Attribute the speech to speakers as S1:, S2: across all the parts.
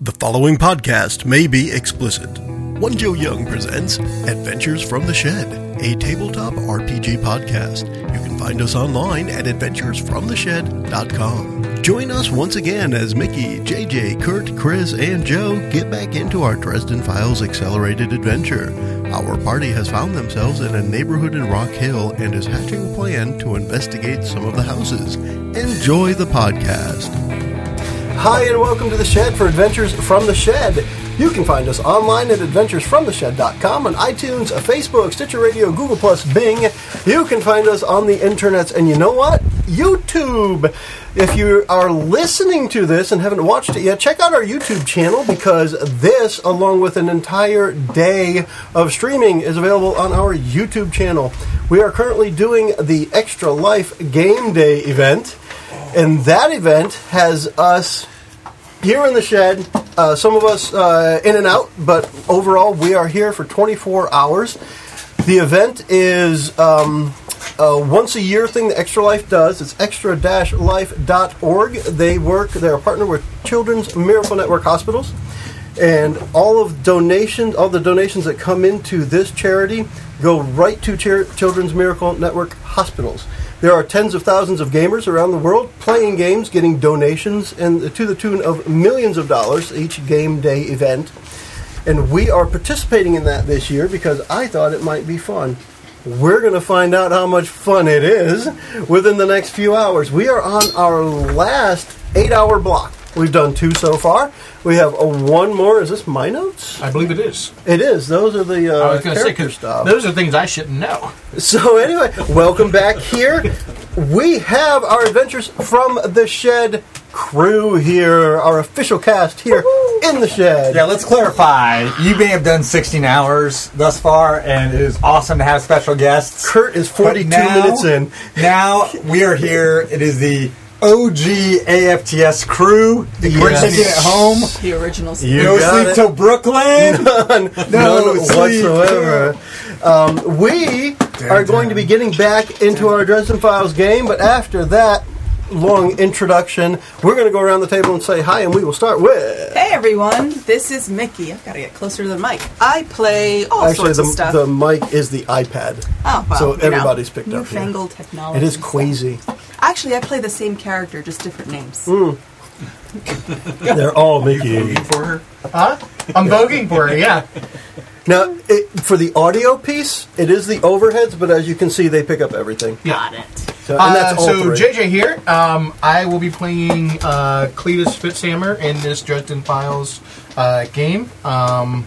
S1: The following podcast may be explicit. One Joe Young presents Adventures from the Shed, a tabletop RPG podcast. You can find us online at adventuresfromtheshed.com. Join us once again as Mickey, JJ, Kurt, Chris, and Joe get back into our Dresden Files accelerated adventure. Our party has found themselves in a neighborhood in Rock Hill and is hatching a plan to investigate some of the houses. Enjoy the podcast.
S2: Hi, and welcome to The Shed for Adventures from the Shed. You can find us online at adventuresfromtheshed.com on iTunes, Facebook, Stitcher Radio, Google Plus, Bing. You can find us on the internets, and you know what? YouTube. If you are listening to this and haven't watched it yet, check out our YouTube channel because this, along with an entire day of streaming, is available on our YouTube channel. We are currently doing the Extra Life Game Day event. And that event has us here in the shed. Uh, some of us uh, in and out, but overall we are here for 24 hours. The event is um, a once a year thing that Extra Life does. It's extra-life.org. They work. They are partnered with Children's Miracle Network Hospitals, and all of donations, all the donations that come into this charity go right to Char- Children's Miracle Network Hospitals. There are tens of thousands of gamers around the world playing games, getting donations, and to the tune of millions of dollars each game day event. And we are participating in that this year because I thought it might be fun. We're going to find out how much fun it is within the next few hours. We are on our last eight hour block. We've done two so far. We have a one more. Is this my notes?
S3: I believe it is.
S2: It is. Those are the uh,
S3: I was going to say,
S2: character
S3: 'cause
S2: stuff.
S3: those are things I shouldn't know.
S2: So anyway, welcome back here. We have our adventures from the shed crew here, our official cast here in the shed.
S4: Yeah, let's clarify. You may have done 16 hours thus far, and it is awesome to have special guests.
S2: Kurt is 42
S4: But now-
S2: minutes in.
S4: Now we are here. It is the OG AFTS crew. The
S2: Yes.
S4: yes. taking it home.
S5: The original stuff.
S2: You
S4: no
S2: got
S4: sleep
S2: it.
S4: till Brooklyn.
S2: None, none
S4: sleep.
S2: whatsoever. Um, we are going to be getting back into our Dresden Files game, but after that long introduction, we're going to go around the table and say hi, and we will start with
S5: Hey everyone, this is Mickey. I've got to get closer to the mic. I play all
S2: actually
S5: sorts
S2: the,
S5: of stuff.
S2: the mic is the iPad.
S5: oh, wow,
S2: so
S5: you know,
S2: everybody's picked up here.
S5: newfangled technology.
S2: It is crazy.
S5: Actually, I play the same character, just different names.
S2: Mm. They're all Mickey.
S3: For her,
S6: I'm voguing for it, yeah.
S2: Now, it, for the audio piece, it is the overheads, but as you can see, they pick up everything.
S5: Got it.
S2: So, and that's
S6: Uh,
S2: all
S6: so
S2: three.
S6: JJ here. Um, I will be playing uh, Cletus Fitzhammer in this Dresden Files uh, game. Um,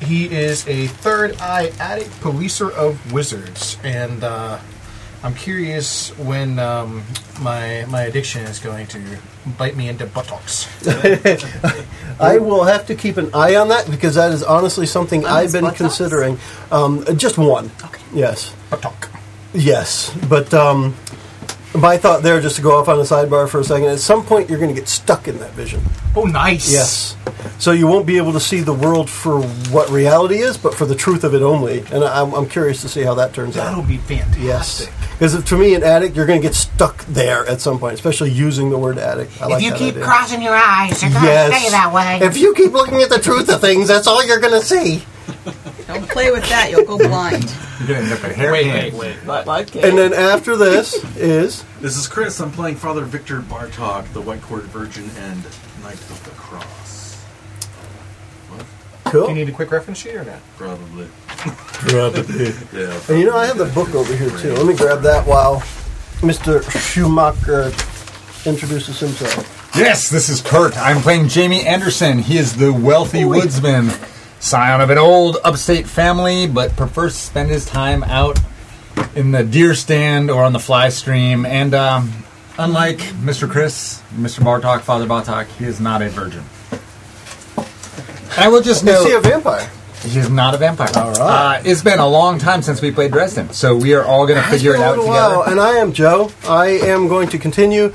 S6: he is a third eye addict policer of wizards, and uh, I'm curious when um, my my addiction is going to bite me into buttocks.
S2: I will have to keep an eye on that because that is honestly something
S5: On
S2: I've
S5: his
S2: been
S5: buttocks?
S2: considering. Um, just one.
S5: Okay.
S2: Yes.
S6: Buttock.
S2: Yes. But um, my thought there, just to go off on a sidebar for a second, at some point you're going to get stuck in that vision.
S6: Oh, nice.
S2: Yes. So you won't be able to see the world for what reality is, but for the truth of it only. And I'm, I'm curious to see how that turns out.
S6: That'll be fantastic.
S2: Yes. Because to me, an addict, you're going to get stuck there at some point, especially using the word addict. I like
S7: if you
S2: that
S7: keep
S2: idea.
S7: crossing your eyes, you're gonna
S2: yes.
S7: stay that way.
S2: If you keep looking at the truth of things, that's all you're going to see.
S5: Don't play with that; you'll go blind.
S4: You're going to end up at hair
S8: Wait,
S4: hand.
S8: wait, wait. What?
S2: And then after this is
S8: This is Chris. I'm playing Father Victor Bartok, the White Court Virgin and Knight of the Cross.
S2: cool.
S6: Do you need a quick reference sheet or not?
S8: Probably. Yeah.
S2: and you know, I have the book over here too. Let me grab that while Mr. Schumacher introduces himself.
S4: Yes, this is Kurt. I'm playing Jamie Anderson. He is the wealthy woodsman, scion of an old upstate family, but prefers to spend his time out in the deer stand or on the fly stream. And um, unlike Mr. Chris, Mr. Bartok, Father Bartok, he is not a virgin. And I will just
S2: You see a
S4: note,
S2: vampire.
S4: he is not a vampire. All
S2: right.
S4: Uh, it's been a long time since we played Dresden, so we are all going to figure
S2: It's
S4: it
S2: been a
S4: out
S2: little
S4: together.
S2: while, Uh, and I am Joe. I am going to continue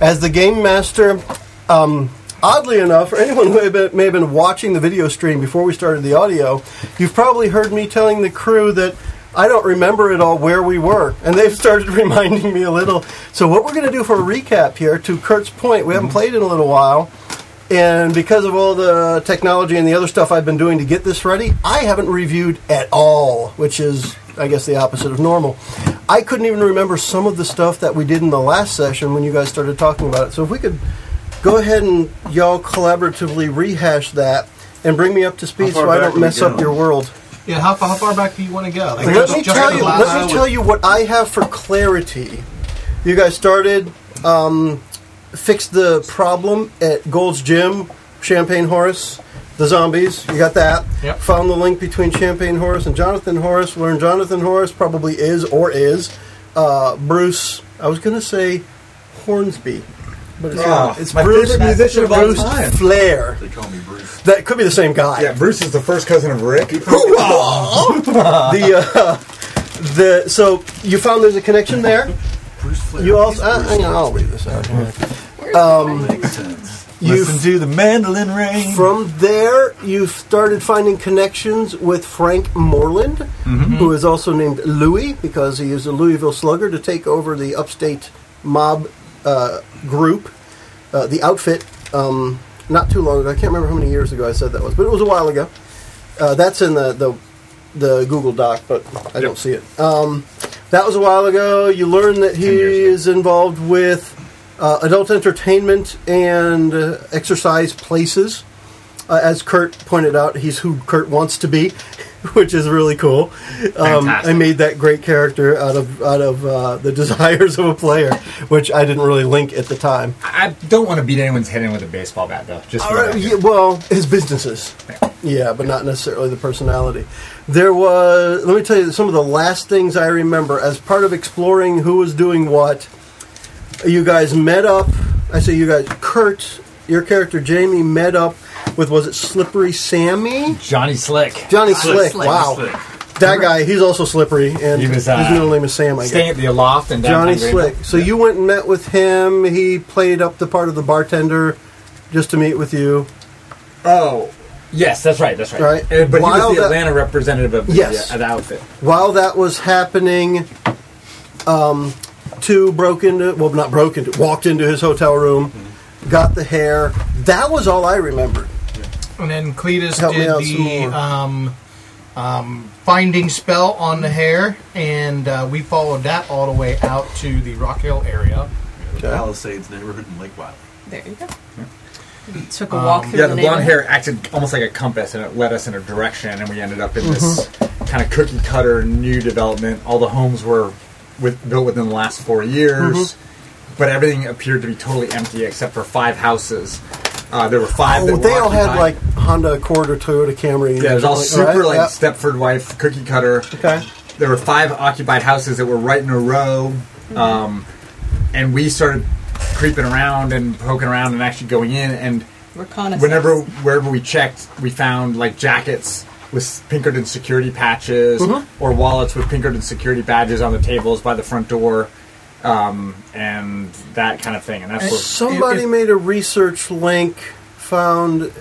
S2: as the game master. Um, oddly enough, for anyone who may have, been, may have been watching the video stream before we started the audio, you've probably heard me telling the crew that I don't remember at all where we were, and they've started reminding
S4: Mm-hmm.
S2: me a little. So, what we're going to do for a recap here, to Kurt's point, we haven't played in a little while. And because of all the technology and the other stuff I've been doing to get this ready, I haven't reviewed at all, which is, I guess, the opposite of normal. I couldn't even remember some of the stuff that we did in the last session when you guys started talking about it. So if we could go ahead and y'all collaboratively rehash that and bring me up to speed
S8: How far
S2: so I
S8: back
S2: don't
S8: do we
S2: mess up
S8: go?
S2: your world.
S6: Yeah, how, how far back do you want to go? Like,
S2: Let me
S6: just
S2: tell
S6: the
S2: you.
S6: last
S2: Let
S6: hour?
S2: me tell you what I have for clarity. You guys started, um, fixed the problem at Gold's Gym, Champagne Horace, the zombies. You got that.
S6: Yep.
S2: Found the link between Champagne Horace and Jonathan Horace. Learned Jonathan Horace probably is or is uh, Bruce. I was gonna say Hornsby, but it's not. It's
S4: Ah, my
S2: Bruce.
S4: favorite musician of all
S2: Bruce
S4: time.
S2: Flair.
S8: They call me Bruce.
S2: That could be the same guy.
S4: Yeah, Bruce is the first cousin of Rick.
S2: The uh, the so you found there's a connection there.
S8: Bruce Flair.
S2: You
S8: He's
S2: also, uh,
S8: Bruce
S2: hang on, I'll read this out. here. Um,
S8: Flair. Makes sense.
S2: You
S4: Listen to the mandolin rain.
S2: from there you've started finding connections with Frank Moreland,
S4: Mm-hmm.
S2: who is also named Louis because he is a Louisville Slugger to take over the upstate mob uh, group, uh, the outfit. Um, not too long ago, I can't remember how many years ago I said that was, but it was a while ago. Uh, that's in the, the the Google Doc, but I don't see it. Um, that was a while ago. You learn that he
S8: years ago.
S2: is involved with uh, adult entertainment and uh, exercise places. Uh, as Kurt pointed out, he's who Kurt wants to be, which is really cool. Um, I
S3: Fantastic.
S2: made that great character out of out of uh, the desires of a player, which I didn't really link at the time.
S4: I don't want to beat anyone's head in with a baseball bat, though. Just for
S2: All right,
S4: that.
S2: yeah, well, his businesses. Yeah, but not necessarily the personality. There was, let me tell you, some of the last things I remember as part of exploring who was doing what. You guys met up. I say you guys, Kurt, your character Jamie, met up with, was it Slippery Sammy?
S4: Johnny Slick.
S2: Johnny oh, Slick.
S5: Slick.
S2: Wow.
S8: Slick.
S2: That guy, he's also slippery, and
S4: He was, uh,
S2: his middle name is Sam, I guess.
S4: Staying at the Aloft and downtown
S2: Johnny
S4: Greenville.
S2: Slick. So you went and met with him. He played up the part of the bartender just to meet with you.
S4: Oh, yes, that's right, that's right.
S2: Right.
S4: Uh, but he
S2: While
S4: was the
S2: that-
S4: Atlanta representative of the,
S2: Yes.
S4: uh, the outfit.
S2: While that was happening, um, two broke into, well, not broke into, walked into his hotel room, got the hair. That was all I remembered.
S6: And then Cletus
S2: Help me out some
S6: did
S2: more.
S6: the um, um, finding spell on the hair, and uh, we followed that all the way out to the Rock Hill area.
S8: Palisades neighborhood in Lake Wiley.
S5: There you go. Took a
S2: Um,
S5: walk through
S4: Yeah,
S5: the,
S4: the blonde hair acted almost like a compass, and it led us in a direction, and we ended up in this
S2: Mm-hmm.
S4: kind of cookie cutter new development. All the homes were with, built within the last four years,
S2: Mm-hmm.
S4: but everything appeared to be totally empty except for five houses. Uh, there were five.
S2: Oh,
S4: that
S2: they
S4: were
S2: all had
S4: occupied.
S2: like Honda Accord or Toyota Camry.
S4: yeah, it was all
S2: something
S4: super like
S2: right?
S4: Stepford wife cookie cutter.
S2: Yeah. Okay.
S4: there were five occupied houses that were right in a row, um, and we started creeping around and poking around and actually going in. And
S5: Reconnaissance.
S4: whenever wherever we checked, we found like jackets with Pinkerton security patches or wallets with Pinkerton security badges on the tables by the front door, um, and that kind of thing. And that's where
S2: Somebody
S4: it- it-
S2: made a research link, found.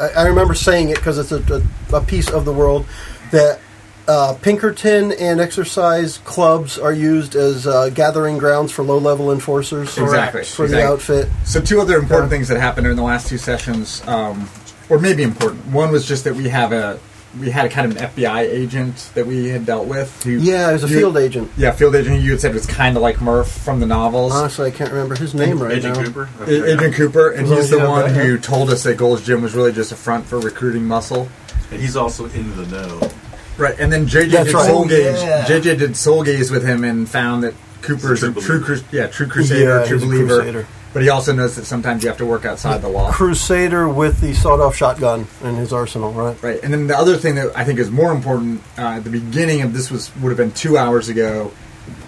S2: I, I remember saying it because it's a, a, a piece of the world that uh, Pinkerton and exercise clubs are used as uh, gathering grounds for low level enforcers.
S4: Exactly,
S2: For the
S4: exactly.
S2: outfit.
S4: So two other important
S2: Yeah.
S4: things that happened in the last two sessions, um, or maybe important. One was just that we have a we had a kind of an FBI agent that we had dealt with. Who,
S2: Yeah, it was a
S4: you-
S2: field agent.
S4: Yeah, field agent. who You had said was kind of like Murph from the novels.
S2: Honestly, I can't remember his name right
S8: Agent
S2: now.
S8: Cooper.
S4: A- Agent Cooper, and he's the
S2: Yeah,
S4: one
S2: yeah.
S4: who told us that Gold's Gym was really just a front for recruiting muscle.
S8: And he's also in the know.
S4: Right, and then JJ
S2: That's
S4: did
S2: right.
S4: soul
S2: Oh,
S4: gaze.
S6: yeah.
S4: JJ did soul gaze with him and found that Cooper's
S8: He's
S4: a
S8: a true
S4: true,
S8: believer.
S4: crus- yeah, true crusader,
S2: Yeah,
S4: true
S2: he's a
S4: believer.
S2: crusader.
S4: But he also knows that sometimes you have to work outside the law.
S2: Crusader with the sawed off shotgun in his arsenal, right?
S4: Right, and then the other thing that I think is more important uh, at the beginning of this was would have been two hours ago.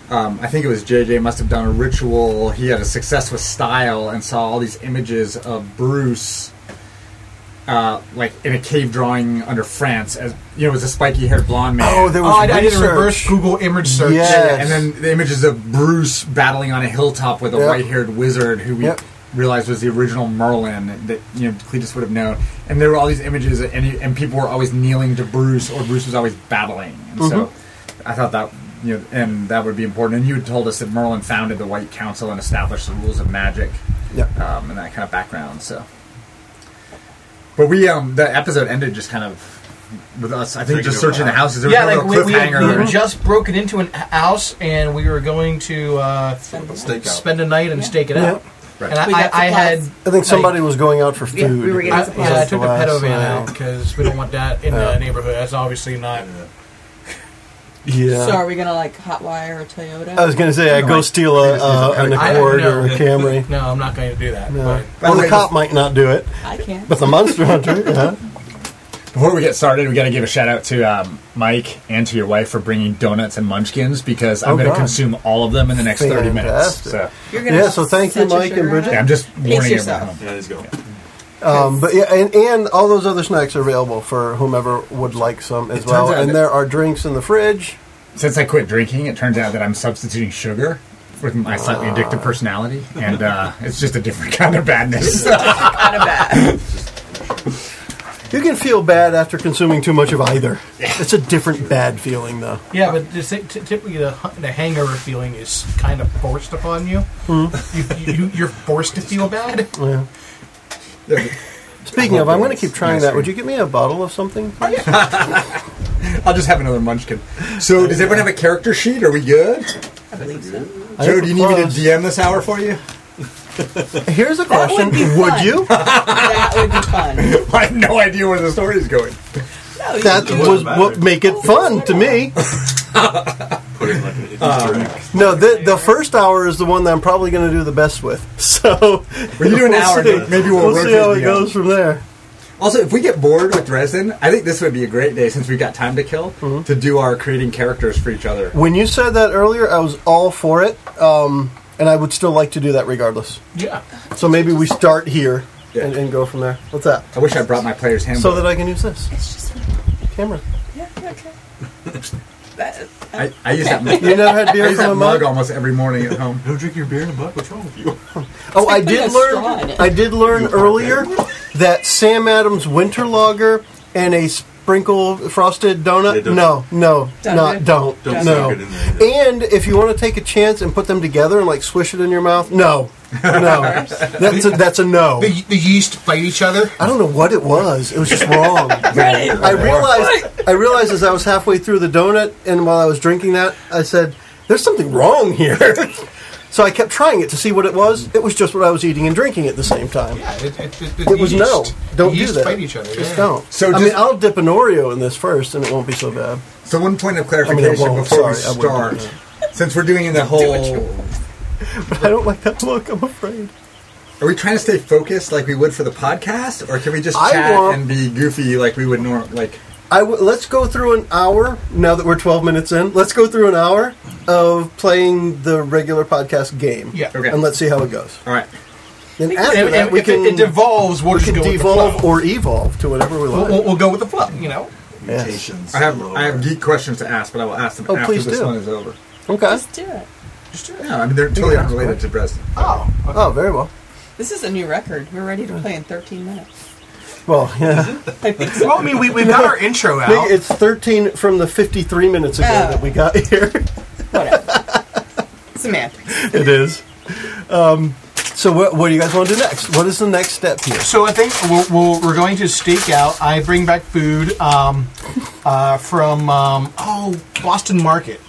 S4: Um, I think it was JJ must have done a ritual. He had a success with style and saw all these images of Bruce, uh, like in a cave drawing under France, as you know, it was a spiky haired blonde man.
S2: Oh, there
S6: Oh,
S2: was
S6: I, I did a
S2: research.
S6: reverse Google image search.
S2: Yeah.
S4: And then the images of Bruce battling on a hilltop with a
S2: Yep.
S4: white-haired wizard, who we
S2: Yep.
S4: realized was the original Merlin that you know Cletus would have known. And there were all these images, and he, and people were always kneeling to Bruce, or Bruce was always battling. And so
S2: Mm-hmm.
S4: I thought that you know, and that would be important. And you had told us that Merlin founded the White Council and established the rules of magic,
S2: Yep.
S4: um, and that kind of background. So But we um the episode ended just kind of with us. I think just
S8: Thinking
S4: searching the
S8: about-
S4: houses. There was
S6: yeah,
S4: no
S6: like we,
S4: real
S6: we, had, we
S4: cliffhanger.
S6: had just broken into an house and we were going to uh,
S8: Stakeout.
S6: spend a night and stake it
S2: Yeah.
S6: out.
S4: Right.
S6: And I,
S5: We got
S6: I, I had
S5: supplies.
S2: I think somebody was going out for food.
S5: Yeah, we were getting
S6: I,
S5: supplies.
S6: yeah, I took the
S2: Supplies,
S6: pedo van
S2: yeah.
S6: out because we don't want that in
S2: Yeah.
S6: the neighborhood. That's obviously not.
S2: Yeah.
S5: So are we gonna like hotwire a Toyota?
S2: I was gonna say I go steal a, uh, an
S6: I-
S2: Accord
S6: no.
S2: or a Camry.
S6: No, I'm not going to do that.
S2: No.
S6: but-
S4: By
S2: Well,
S4: the
S2: the
S4: way,
S2: cop might not do it,
S5: I can.
S2: but the monster hunter. Yeah.
S4: Before we get started, we got to give a shout out to um, Mike and to your wife for bringing donuts and munchkins because I'm
S2: Oh,
S4: going to
S2: God.
S4: consume all of them in the next 30 minutes.
S2: Fantastic.
S4: So
S5: You're gonna
S2: Yeah. So thank you,
S5: such a
S2: Mike and
S5: sugar
S2: Bridget.
S4: yeah,
S5: rush.
S4: I'm just warning
S5: yourself.
S4: everyone.
S8: Yeah, let's go.
S2: Um, but yeah, and, and all those other snacks are available for whomever would like some as
S4: turns
S2: well.
S4: out
S2: And
S4: that-
S2: there are drinks in the fridge.
S4: Since I quit drinking, it turns out that I'm substituting sugar with my slightly addictive personality, and uh, it's just a different kind of badness.
S5: Out of bed.
S2: You can feel bad after consuming too much of either. It's a different bad feeling, though.
S6: Yeah, but this, t- typically the, hu- the hangover feeling is kind of forced upon you.
S2: Hmm.
S6: You, you. You're forced to feel bad.
S2: Yeah. Speaking of, I'm going to keep trying that. Would you get me a bottle of something?
S4: I'll just have another munchkin. So, does everyone have a character sheet? Are we good?
S5: I believe so.
S2: I
S4: Joe,
S2: have
S4: do you need me to
S2: applause.
S4: DM this hour for you? Oh,
S2: Here's a
S5: That
S2: question:
S5: would be
S2: Would
S5: fun.
S2: you?
S5: That would be fun.
S4: I have no idea where the story's going.
S5: No, you
S2: That
S5: can-
S2: was what make it fun to me.
S8: Put in like
S2: Um,
S8: an Easter egg.
S2: No, the the first hour is the one that I'm probably going to do the best with. So
S4: We're doing an hour,
S2: see.
S4: maybe we'll
S2: we'll see how it
S4: rotate the, uh,
S2: goes from there.
S4: Also, if we get bored with Dresden, I think this would be a great day since we've got time to kill
S2: Mm-hmm.
S4: to do our creating characters for each other.
S2: When you said that earlier, I was all for it, um, and I would still like to do that regardless.
S6: Yeah.
S2: So maybe we start here
S4: Yeah.
S2: and, and go from there. What's that?
S4: I wish I brought my player's handbook.
S2: So that I can use this
S5: It's just
S2: camera.
S5: yeah, okay. That,
S4: I, I use that mug.
S2: You never had
S4: I
S2: beer
S4: use
S2: from
S4: that
S2: a
S4: mug
S2: mug.
S4: almost every morning at home.
S8: No drinking your beer in a mug. What's wrong with you?
S2: Oh, I
S5: like putting
S2: did
S5: a straw in
S2: learn.
S5: it.
S2: I did learn earlier that Sam Adams Winter Lager and a sprinkle frosted
S8: Yeah,
S2: donut.
S8: don't-
S2: No, no,
S5: Don't do
S2: not
S5: it.
S2: don't no.
S8: Don't soak it in there.
S2: And if you want to take a chance and put them together and like swish it in your mouth, no, no, that's a, that's a no.
S6: The, the yeast fight each other.
S2: I don't know what it was. It was just wrong. I realized I realized as I was halfway through the donut and while I was drinking that, I said, There's something wrong here. so I kept trying it to see what it was. It was just what I was eating and drinking at the same time.
S6: Yeah, it, it, it,
S2: It was
S6: yeast.
S2: no. Don't
S6: the yeast
S2: do that.
S6: fight each other.
S2: Just
S6: yeah.
S2: don't.
S4: So
S2: So I
S4: just-
S2: mean I'll dip an Oreo in this first and it won't be so bad.
S4: So one point of
S2: I mean, I
S4: clarification
S2: won't.
S4: before
S2: Sorry,
S4: we
S2: I wouldn't
S4: start, since we're doing the whole,
S2: But I don't like that look, I'm afraid.
S4: are we trying to stay focused like we would for the podcast, or can we just
S2: I
S4: chat
S2: want-
S4: and be goofy like we would norm? Like
S2: I w- let's go through an hour now that we're 12 minutes in. Let's go through an hour of playing the regular podcast game.
S6: Yeah.
S4: Okay.
S2: And let's see how it goes.
S4: all right,
S2: Then
S6: And,
S2: after
S6: and
S2: that, we
S6: if
S2: can
S6: it, it devolves, we'll
S2: we
S6: just
S2: can
S6: go with the
S2: devolve
S6: flow.
S2: or evolve to whatever we
S6: We'll,
S2: like.
S6: we'll, we'll go with the flow. You know.
S2: Yes.
S8: Mutations.
S4: I have
S8: all
S4: I have
S8: over.
S4: geek questions to ask, but I will ask them
S2: Oh,
S4: after
S2: please
S4: this
S2: do.
S4: one is over.
S2: okay.
S5: just do it.
S6: Just do it.
S4: Yeah, I mean they're totally
S2: Yeah.
S4: unrelated to Dresden.
S6: Oh.
S2: Oh, very well.
S5: This is a new record. We're ready to play in 13 minutes.
S2: Well, yeah.
S5: I think so.
S6: Well, I mean, we, we've got our intro
S2: I
S6: out.
S2: think it's 13 from the 53 minutes ago
S5: Oh.
S2: that we got here.
S5: Whatever. Semantics.
S2: it is. Um, so, what, what do you guys want to do next? What is the next step here?
S6: So I think we'll, we'll, we're going to stake out. I bring back food um, uh, from um, oh Boston Market.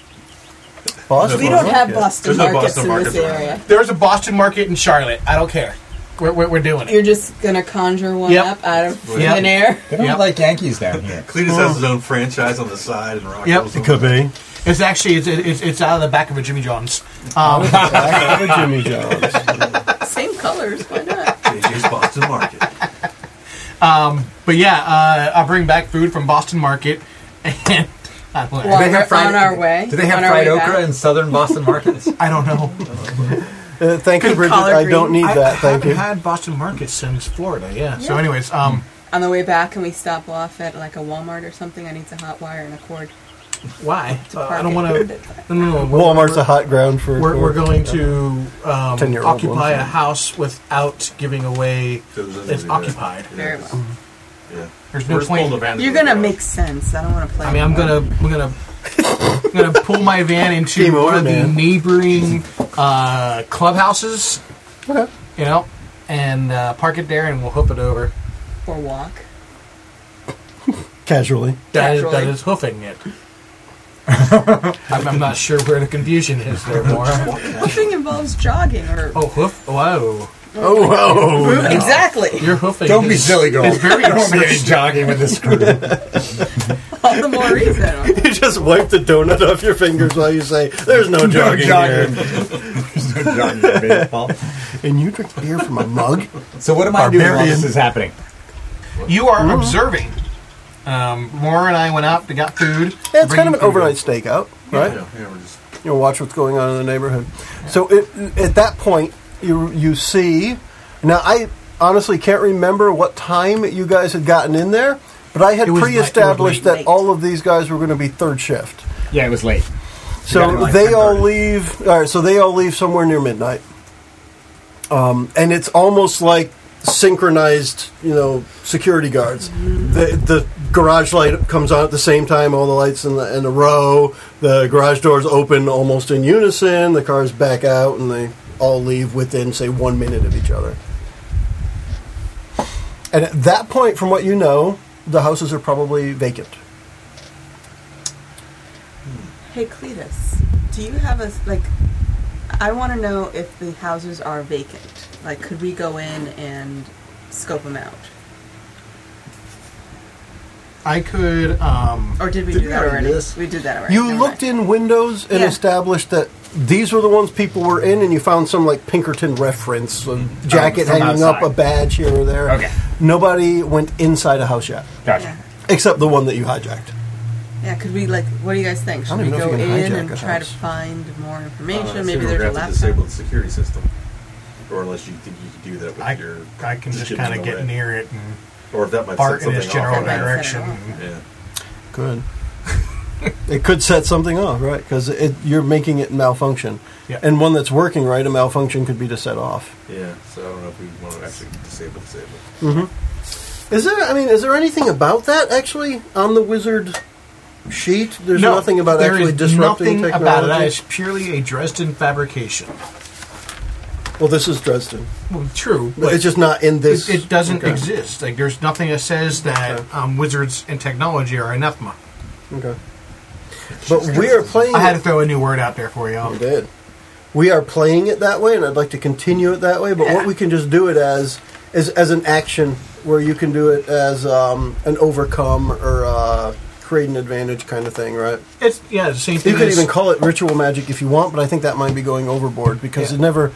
S2: Boston.
S5: We don't have
S2: Okay.
S5: Boston
S8: There's no
S5: markets
S8: Boston
S5: in
S8: markets
S5: this
S8: around
S5: area.
S6: There's a Boston Market in Charlotte. I don't care. We're, we're, we're doing
S5: You're
S6: it.
S5: just gonna conjure one
S6: Yep.
S5: up out of
S6: Yep.
S5: thin air.
S4: They don't
S6: Yep.
S4: like Yankees down here.
S8: Cletus has his own franchise on the side, and Rock
S6: Yep.
S8: Hill's
S2: Oh. It
S8: own-
S2: could be.
S6: It's actually it's, it's, it's out of the back of a Jimmy John's. Um,
S2: Oh. Back of a Jimmy Jones.
S5: Same colors. Why not?
S8: JJ's Boston Market.
S6: But yeah, uh, I bring back food from Boston Market, and uh, I don't, know.
S5: Why? On our- on our way.
S4: Do they have
S5: On our
S4: fried
S5: way
S4: okra
S5: back.
S4: in southern Boston markets?
S6: I don't know.
S2: Uh, thank you,
S5: Good
S2: Bridget.
S5: collard
S2: I don't need
S5: green.
S6: I
S2: that. Thank
S6: haven't
S2: you.
S6: had Boston Market since Florida. Yeah. So,
S5: Yeah.
S6: anyways, um,
S5: On the way back, can we stop off at like a Walmart or something? I need to hot wire and a cord.
S6: why? Uh, I
S5: park
S6: don't
S5: it.
S6: want to. No, no, no. we're-
S2: Walmart's a hot ground for.
S6: We're, we're
S2: for-
S6: going to um,
S2: 10-year-old
S6: occupy
S2: ones,
S6: a
S2: yeah.
S6: house without giving away.
S8: Those are the-
S6: It's occupied.
S8: Yeah,
S5: Very well.
S6: Mm-hmm.
S8: Yeah.
S6: There's
S8: We're
S6: no
S8: just
S6: point.
S8: pulling the van
S5: You're
S8: go
S5: gonna
S8: out.
S5: make sense. I don't want to play.
S6: I mean, I'm gonna,
S5: anymore.
S6: I'm gonna, I'm gonna pull my van into
S2: Game
S6: one
S2: over,
S6: of the
S2: man.
S6: neighboring uh, clubhouses,
S2: Okay.
S6: you know, and uh, park it there, and we'll hoop it over.
S5: or walk.
S2: Casually.
S6: That is, that
S5: Naturally.
S6: is hoofing it. I'm, I'm not sure where the confusion is there, Maura.
S5: Hoofing involves jogging or
S6: Oh, hoof! Wow,
S2: Oh, whoa.
S5: exactly.
S6: you're hoofing.
S4: Don't be
S6: is-
S4: silly, girl.
S6: It's very
S4: I don't want to be any
S6: insistent.
S4: jogging with this crew.
S5: All the more reason.
S2: You just wipe the donut off your fingers while you say, there's no
S4: No
S2: jogging here.
S4: jogging. There's no jogging in baseball.
S2: And you drink beer from a mug?
S4: So what am I doing while
S2: Barbarian.
S4: this is happening?
S6: You are
S2: Mm-hmm.
S6: observing. Um, Maura and I went out to got food.
S2: Yeah, it's kind of an
S6: Bringing food.
S2: overnight stakeout, right?
S8: Yeah, yeah, we're just
S2: You know, watch what's going on in the neighborhood. So it, at that point, you you see. Now I honestly can't remember what time you guys had gotten in there, but I had
S6: It was night- it was
S2: pre-established
S5: late
S2: that
S5: night.
S2: all of these guys were going to be third shift.
S4: Yeah, it was late. got
S2: So
S4: in like
S2: they all
S4: 10:30.
S2: leave. All right, so they all leave somewhere near midnight. Um, and it's almost like synchronized, you know, security guards. The, the garage light comes on at the same time, all the lights in, the, in a row. The garage doors open almost in unison. The cars back out, and they all leave within, say, one minute of each other. And at that point, from what you know, the houses are probably vacant.
S5: Hey Cletus, do you have a like? I want to know if the houses are vacant. Like, could we go in and scope them out,
S6: I could. Um,
S5: or did we
S8: Did
S5: do
S8: we
S5: that
S8: already
S5: already?
S8: do this?
S5: We did that already.
S2: You
S5: never
S2: looked
S5: mind.
S2: in windows and
S5: Yeah.
S2: established that these were the ones people were in, and you found some like Pinkerton reference, a jacket
S6: Oh,
S4: from
S2: hanging up, a
S4: outside.
S2: badge here or there.
S4: Okay.
S2: Nobody went inside a house yet,
S4: Gotcha.
S5: Yeah.
S2: except the one that you hijacked.
S5: Yeah, could we like? What do you guys think? Should
S2: don't
S5: we
S2: even know
S5: go
S2: if you can
S5: in
S2: hijack
S5: and
S2: a
S5: try to
S2: house.
S5: find more
S8: Uh,
S5: information?
S8: soon
S5: Maybe
S8: we're
S5: there's a
S8: gonna have to disable
S5: laptop.
S8: the security system, or unless you think you can do that with
S6: I,
S8: your.
S6: I can just
S8: chips in
S6: kind
S8: the
S6: of get
S8: way.
S6: near it and
S8: Or if that might
S6: fart
S8: set
S6: in its
S8: something
S6: general
S8: off.
S5: That might set it
S6: direction.
S5: off.
S8: Yeah.
S2: Good. it could set something off, right? Because you're making it malfunction,
S6: Yeah.
S2: and one that's working right, a malfunction could be to set off.
S8: Yeah, so I don't know if we want to actually disable disable.
S2: Is there? I mean, is there anything about that actually on the wizard sheet? There's
S6: No,
S2: nothing about
S6: there
S2: actually
S6: is
S2: disrupting
S6: nothing
S2: technology.
S6: about it. That is purely a Dresden fabrication.
S2: Well, this is Dresden.
S6: Well, true,
S2: But
S6: but
S2: it's just not in this.
S6: it, it doesn't
S2: Okay.
S6: exist. Like, there's nothing that says that
S2: Okay.
S6: um, wizards and technology are anathema.
S2: Okay. But we are playing.
S6: I had to
S2: it,
S6: throw a new word out there for y'all.
S2: You did. We are playing it that way, and I'd like to continue it that way. But what
S5: Yeah.
S2: we can just do it as is as an action, where you can do it as um, an overcome or uh, create an advantage kind of thing, right?
S6: It's yeah, the same thing.
S2: You could
S6: as-
S2: even call it ritual magic if you want, but I think that might be going overboard because
S6: Yeah.
S2: it never.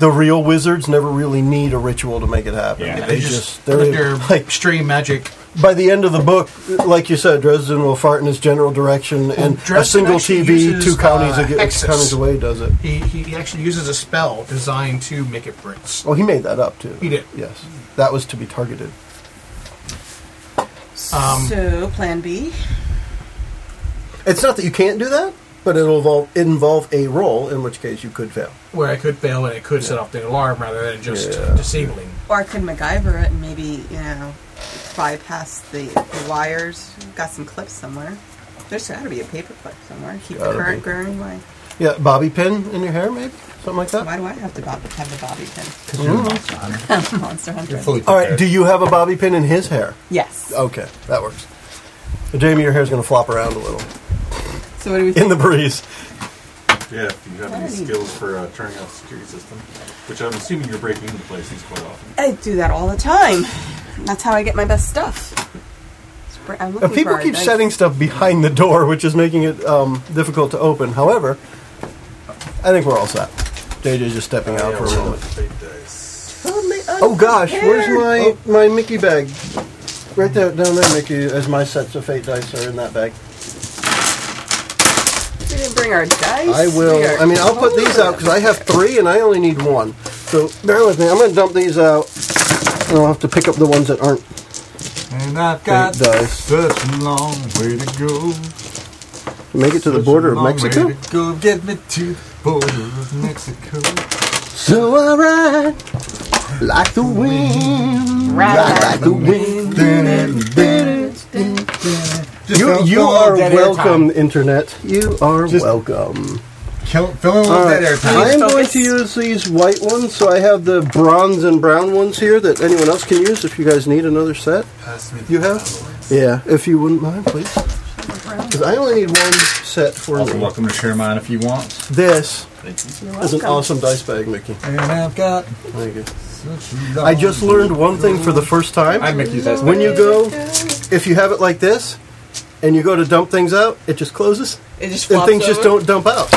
S2: The real wizards never really need a ritual to make it happen.
S4: Yeah,
S6: they just they're
S2: like
S6: extreme magic.
S2: by the end of the book, like you said, Dresden will fart in his general direction, and a
S6: Dresden
S2: single
S6: actually
S2: TV
S6: uses,
S2: two counties,
S6: uh,
S2: ag-
S6: Hexes.
S2: counties away does it.
S6: He, he he actually uses a spell designed to make it bricks.
S2: Oh, he made that up too.
S6: He did.
S2: Yes, that was to be targeted.
S6: Um,
S5: so Plan B.
S2: It's not that you can't do that, but it'll involve involve a roll, in which case you could fail.
S6: Where I could fail and it could set off the alarm rather than just
S2: Yeah.
S6: disabling.
S5: Or I could MacGyver it and maybe, you know, bypass the, the wires. Got some clips somewhere. There's got to be a paper clip somewhere. Keep
S2: Gotta
S5: the current
S2: be.
S5: going. Why,
S2: Yeah, bobby pin in your hair, maybe something like that.
S5: why do I have to bob- have the bobby pin? Oh.
S4: You're
S5: Monster Hunter.
S4: fully
S2: All right,
S4: prepared.
S2: do you have a bobby pin in his hair?
S5: Yes.
S2: Okay, that works. Jamie, your hair's going to flop around a little
S5: So what do we
S2: in
S5: think?
S2: the breeze.
S8: Yeah, if you have any
S5: Alrighty.
S8: skills for uh, turning off the security system, which I'm assuming you're breaking into places quite often.
S5: I do that all the time. That's how I get my best stuff. It's br- I'm looking
S2: Uh, people
S5: for a
S2: keep
S5: nice-
S2: setting stuff behind the door, which is making it um, difficult to open. However, I think we're all set. JJ's just stepping out
S8: Yeah,
S2: for a
S8: roll
S2: moment.
S8: with fate dice.
S2: Oh gosh, where's my my Mickey bag? Right there, down there, Mickey, as my sets of fate dice are in that bag.
S5: We didn't bring our dice.
S2: I
S5: We are
S2: will. I mean, I'll put these out
S5: cold.
S2: because I have three and I only need one. So bear with me. I'm going to dump these out, and I'll have to pick up the ones that aren't.
S4: And I've got
S2: It does.
S4: such a long way to go.
S2: Make it to the
S4: Such a
S2: border of
S4: long way
S2: Mexico.
S4: to go. Get me to the border of Mexico.
S2: So I ride like the wind, ride like the wind.
S4: Just
S2: you
S4: don't
S2: you
S4: go
S2: are
S4: dead air time.
S2: welcome, internet. You are
S4: Just-
S2: welcome.
S4: kill, fill in a little
S2: All
S4: dead air
S2: right.
S4: time.
S2: I am
S5: Focus.
S2: going to use these white ones, so I have the bronze and brown ones here that anyone else can use if you guys need another set.
S8: Pass me the
S2: You have? Yeah, if you wouldn't mind, please.
S5: Around.
S2: Because I only need one set for
S4: Also,
S2: me.
S4: welcome to share mine if you want.
S2: This
S5: You're
S2: is an
S5: welcome.
S2: awesome dice bag, Mickey.
S4: And I've got.
S2: Thank you.
S4: such
S2: I just learned one thing for the first time.
S4: I'm Mickey's ass.
S2: when you go, if you have it like this, and you go to dump things out, it just closes,
S5: It just
S2: and
S5: flops
S2: things just
S5: over.
S2: don't dump out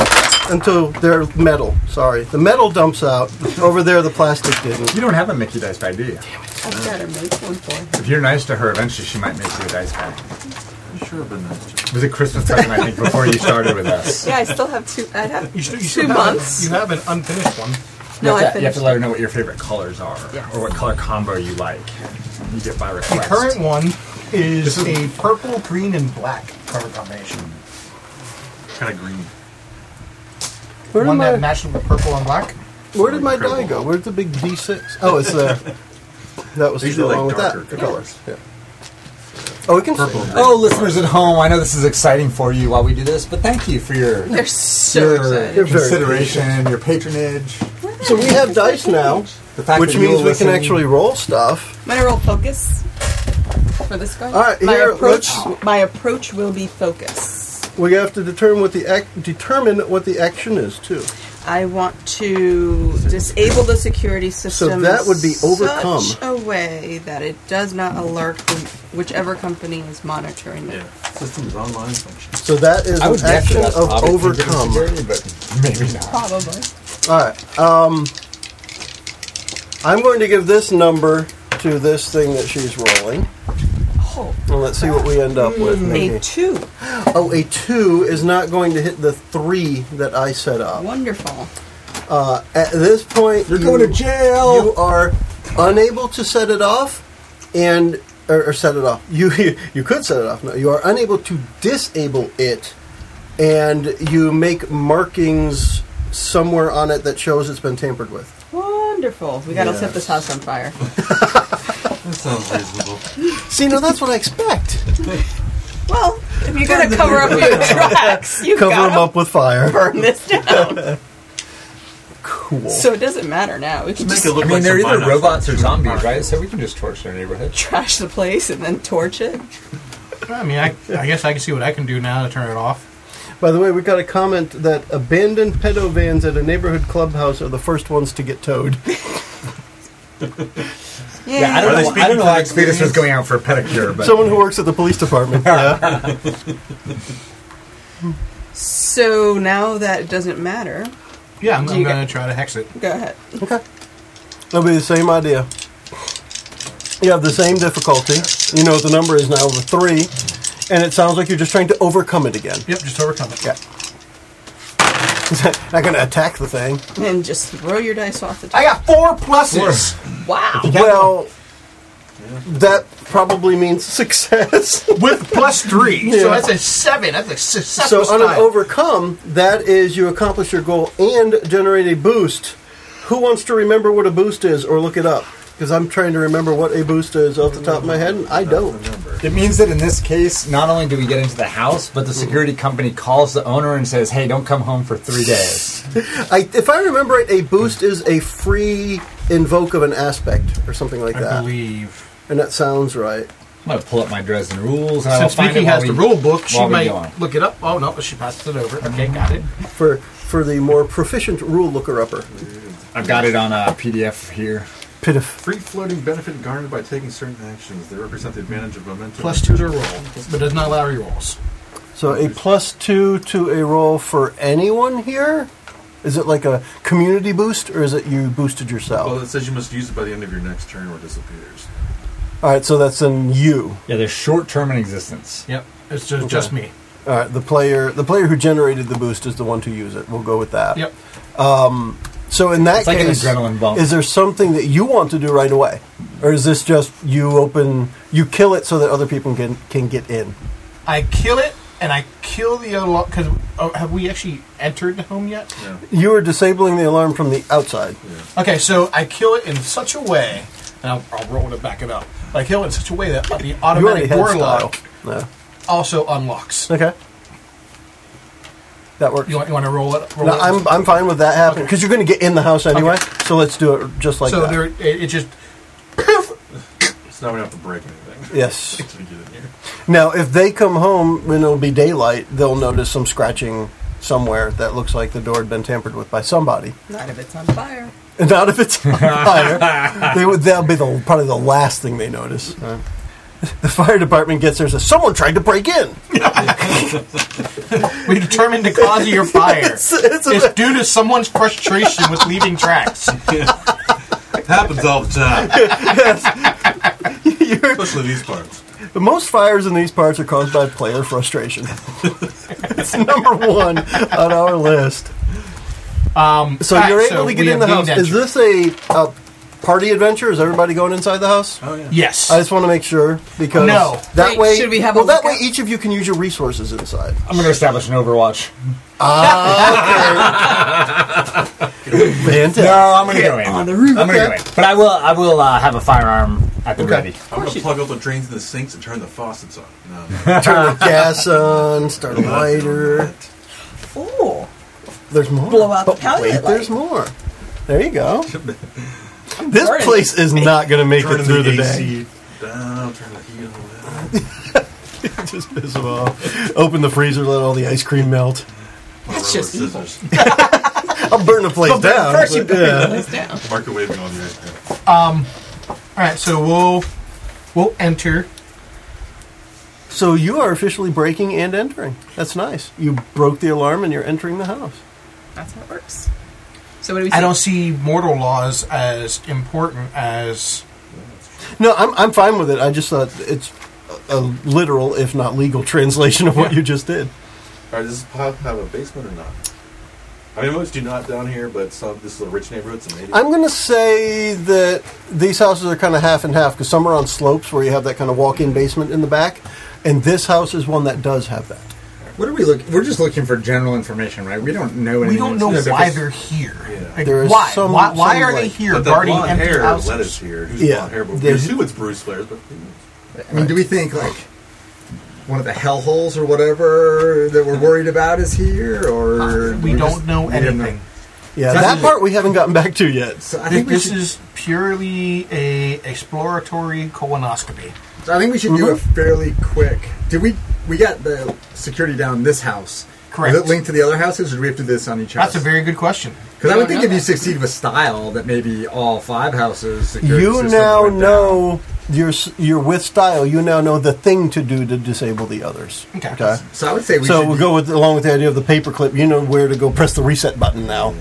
S2: until they're metal. Sorry, the metal dumps out. Over there, the plastic didn't.
S4: You don't have a Mickey dice bag, do you?
S5: I've got to make one for him.
S4: If you're nice to her, eventually she might make you a dice bag.
S8: I sure have been nice to
S4: It was a Christmas present, I think, before you started with us.
S5: Yeah, I still have two. I have
S6: You still, you
S5: two
S6: still have
S5: months.
S6: A, you have an unfinished one.
S4: You
S5: no,
S4: have,
S5: I
S4: to, you have
S5: finished.
S4: to
S5: it.
S4: let her know what your favorite colors are, or what color combo you like. You get by
S6: The
S4: request.
S6: current one is a purple, green, and black color combination.
S8: Kind of green.
S2: Where did
S6: one that
S2: my
S6: matches with purple and black.
S2: Where did my die go? Where's the big D6? Oh, it's there. That was
S8: These
S2: to go
S8: are, like,
S2: along with that.
S8: darker
S2: The colors. Yeah. Oh, we can
S8: Purple.
S2: see.
S4: Oh, listeners at home, I know this is exciting for you while we do this, but thank you for your,
S5: They're so excited.
S4: your
S2: You're very
S4: consideration, your patronage,
S2: So we have dice now,
S4: the fact
S2: which
S4: that
S2: means
S4: you'll
S2: we can
S4: listen.
S2: actually roll stuff.
S5: I'm gonna roll focus for this guy.
S2: All right,
S5: my
S2: here,
S5: approach.
S2: let's-
S5: My approach will be focus.
S2: We have to determine what the ac- determine what the action is too.
S5: I want to disable the security system.
S2: that would be
S5: in
S2: overcome.
S5: Such a way that it does not alert the, whichever company is monitoring it.
S8: Yeah. Systems online function.
S2: So that is
S4: I would
S2: an
S4: guess
S2: action
S4: that's
S2: of
S4: obviously given
S2: overcome.
S4: security, but maybe not.
S5: Probably.
S2: All right. Um, I'm going to give this number to this thing that she's rolling,
S5: Oh,
S2: and let's see what we end up with.
S5: a
S4: Hmm.
S2: Mickey.
S5: two.
S2: Oh, a two is not going to hit the three that I set up.
S5: Wonderful.
S2: Uh, at this point,
S4: You're
S2: you-
S4: going to jail.
S2: You are unable to set it off, and or, or set it off. You, you you could set it off. No, you are unable to disable it, and you make markings somewhere on it that shows it's been tampered with.
S5: Wonderful. We gotta set this house on fire.
S8: That sounds reasonable.
S2: See, no, that's what I expect.
S5: Well, if you're gonna cover up your tracks, you
S2: Cover
S5: gotta
S2: them up with fire.
S5: burn this down.
S2: Cool.
S5: so it doesn't matter now. We can
S8: Make
S5: just
S8: it look
S4: I mean,
S8: like
S4: they're
S8: some
S4: either
S8: Binoculars.
S4: robots or zombies, right? So we can just torch their neighborhood.
S5: trash the place and then torch it.
S6: I mean, I, I guess I can see what I can do now to turn it off.
S2: By the way, we got a comment that abandoned pedo vans at a neighborhood clubhouse are the first ones to get towed.
S4: Yeah, I
S8: Are
S4: don't
S8: they
S4: know. I don't
S8: speaking
S4: know
S8: from
S4: why Expedus was going out for a pedicure, but
S2: Someone who works at the police department. Yeah.
S5: So now that it doesn't matter,
S6: Yeah, I'm,
S5: Do
S6: I'm
S5: you
S6: going to try to hex it.
S5: go ahead.
S2: okay. That'll be the same idea. You have the same difficulty. You know what the number is now, the three, and it sounds like you're just trying to overcome it again.
S6: Yep, just overcome it.
S2: Yeah. Not going to attack the thing.
S5: And just throw your dice off the top.
S6: I got four pluses.
S5: Wow.
S2: Well, that probably means success.
S6: with plus three. So
S2: Yeah.
S6: that's a seven. That's a successful
S2: so on an
S6: style.
S2: overcome, that is you accomplish your goal and generate a boost. Who wants to remember what a boost is or look it up? Because I'm trying to remember what a boost is off the top of my head, and I don't.
S4: It means that in this case, not only do we get into the house, but the security company calls the owner and says, "Hey, don't come home for three days."
S2: I, if I remember it, a boost is a free invoke of an aspect or something like
S6: I
S2: that.
S6: believe.
S2: And that sounds right.
S4: I'm gonna pull up my Dresden rules. And I will
S6: Since
S4: find
S6: Vicky
S4: it
S6: has
S4: while
S6: the
S4: we-
S6: rule book, she
S4: while we
S6: might
S4: go on.
S6: look it up. Oh no, she passed it over. Okay, got it.
S2: For for the more proficient rule looker upper.
S4: I've got it on a PDF here.
S2: Pitif.
S8: Free floating benefit garnered by taking certain actions. They represent the advantage of momentum.
S6: Plus two to roll, but does not allow rerolls.
S2: So a plus two to a roll for anyone here? Is it like a community boost or is it you boosted yourself?
S8: Well, it says you must use it by the end of your next turn or it disappears.
S2: All right, so that's in you.
S4: Yeah, they're short-term in existence.
S6: Yep, it's just, just me.
S2: All right, the player the player who generated the boost is the one to use it. We'll go with that.
S6: Yep.
S2: So in that
S4: It's like an
S2: case,
S4: adrenaline bump.
S2: is there something that you want to do right away, or is this just you open you kill it so that other people can can get in?
S6: I kill it, and I kill the other. Because oh, have we actually entered the home yet?
S8: Yeah.
S2: You are disabling the alarm from the outside.
S6: Okay, so I kill it in such a way, and I'll, I'll roll to back it up. I kill it in such a way that the
S2: You already
S6: automatic
S2: had
S6: door
S2: style.
S6: lock
S2: No.
S6: also unlocks.
S2: Okay. That works.
S6: You want, you want to roll it? Roll
S2: No,
S6: it?
S2: I'm, I'm fine with that happening because you're going to get in the house anyway. So let's do it just like
S6: so
S2: that.
S6: there, it, it just
S8: So now we don't have to break anything.
S2: Yes.
S8: to get in here.
S2: Now, if they come home and it'll be daylight, they'll notice some scratching somewhere that looks like the door had been tampered with by somebody.
S5: Not if it's on fire.
S2: And Not if it's on fire. they would, that'll be the, probably the last thing they notice. The fire department gets there and says, Someone tried to break in.
S6: we determined the cause of your fire. it's,
S2: it's a-
S6: due to someone's frustration with leaving tracks.
S8: Happens all the time.
S2: You're-
S8: Especially these parts.
S2: Most fires in these parts are caused by player frustration. it's number one on our list.
S6: Um,
S2: So
S6: alright,
S2: you're able to get
S6: we
S2: in the
S6: have
S2: house.
S6: game
S2: Is
S6: venture.
S2: this a, a party adventure? Is everybody going inside the house?
S8: Oh, yeah.
S6: Yes.
S2: I just want to make sure because
S6: No.
S2: that
S5: Wait,
S2: way
S5: should we have a
S2: well that way
S5: lookout?
S2: each of you can use your resources inside.
S4: I'm going to establish an Overwatch.
S2: Fantastic.
S4: No, I'm going to go in.
S5: on the roof.
S4: I'm going to go in. But I will. I will uh, have a firearm at the ready.
S8: I'm going to plug all the drains in the sinks and turn the faucets on. No, no.
S2: Turn the gas on, start a lighter.
S5: Ooh.
S2: There's more.
S5: Blow out the
S2: But
S5: pallet
S2: wait,
S5: light.
S2: there's more. There you go. This place is not going to make
S8: Turn
S2: it through the, day.
S8: AC down, turn the heat on.
S2: Just piss them off. Open the freezer, let all the ice cream melt.
S5: That's
S8: Rubber
S5: just evil.
S8: scissors.
S2: I'll burn the place down.
S5: First you
S2: but,
S5: put
S2: yeah.
S5: this down.
S8: Microwaving all the ice cream.
S6: All right, so we'll we'll enter.
S2: So you are officially breaking and entering. That's nice. You broke the alarm and you're entering the house.
S5: That's how it works. So what do we see?
S6: I don't see mortal laws as important as
S2: No, I'm, I'm fine with it. I just thought it's a, a literal, if not legal, translation of what you just did.
S8: All right, does this pub have a basement or not? I mean, most do not down here, but some. This is a rich neighborhood, so maybe.
S2: I'm going to say that these houses are kind of half and half because some are on slopes where you have that kind of walk in basement in the back, and this house is one that does have that.
S4: What are we looking? We're just looking for general information, right? We don't know.
S6: we
S4: anything
S6: don't know
S4: specific.
S6: why they're here.
S8: Yeah.
S6: Like,
S2: There is
S6: why?
S2: some-
S6: why? Why
S2: some,
S6: are they
S2: like-
S6: here
S8: But that
S6: guarding
S8: blonde
S6: empty
S8: hair
S6: houses?
S8: led us here. Who's
S2: Yeah.
S8: blonde hair? But we
S2: There's-
S8: assume it's Bruce Blair's, but who knows?
S4: I mean, do we think like one of the hell holes or whatever that we're worried about is here, or
S6: Uh, We
S4: we're
S6: don't
S4: just-
S6: know
S4: we don't
S6: anything.
S2: Yeah,
S4: This
S2: that
S4: is-
S2: part we haven't gotten back to yet.
S4: So I
S6: Th-
S4: think we
S6: this
S4: should.
S6: is purely a exploratory colonoscopy.
S4: I think we should do a
S6: Mhm.
S4: fairly quick. Did we? We got the security down this house.
S6: Correct.
S4: Is it linked to the other houses, or do we have to do this on each house?
S6: That's a very good question.
S4: Because I
S6: We
S4: would
S6: don't
S4: think
S6: know
S4: if you
S6: that.
S4: succeed with style, that maybe all five houses. security
S2: you
S4: systems
S2: now
S4: went down.
S2: know you're s- you're with style. You now know the thing to do to disable the others.
S6: Okay.
S4: So I would say we
S2: so
S4: should
S2: we'll go with along with the idea of the paperclip. You know where to go. Press the reset button now.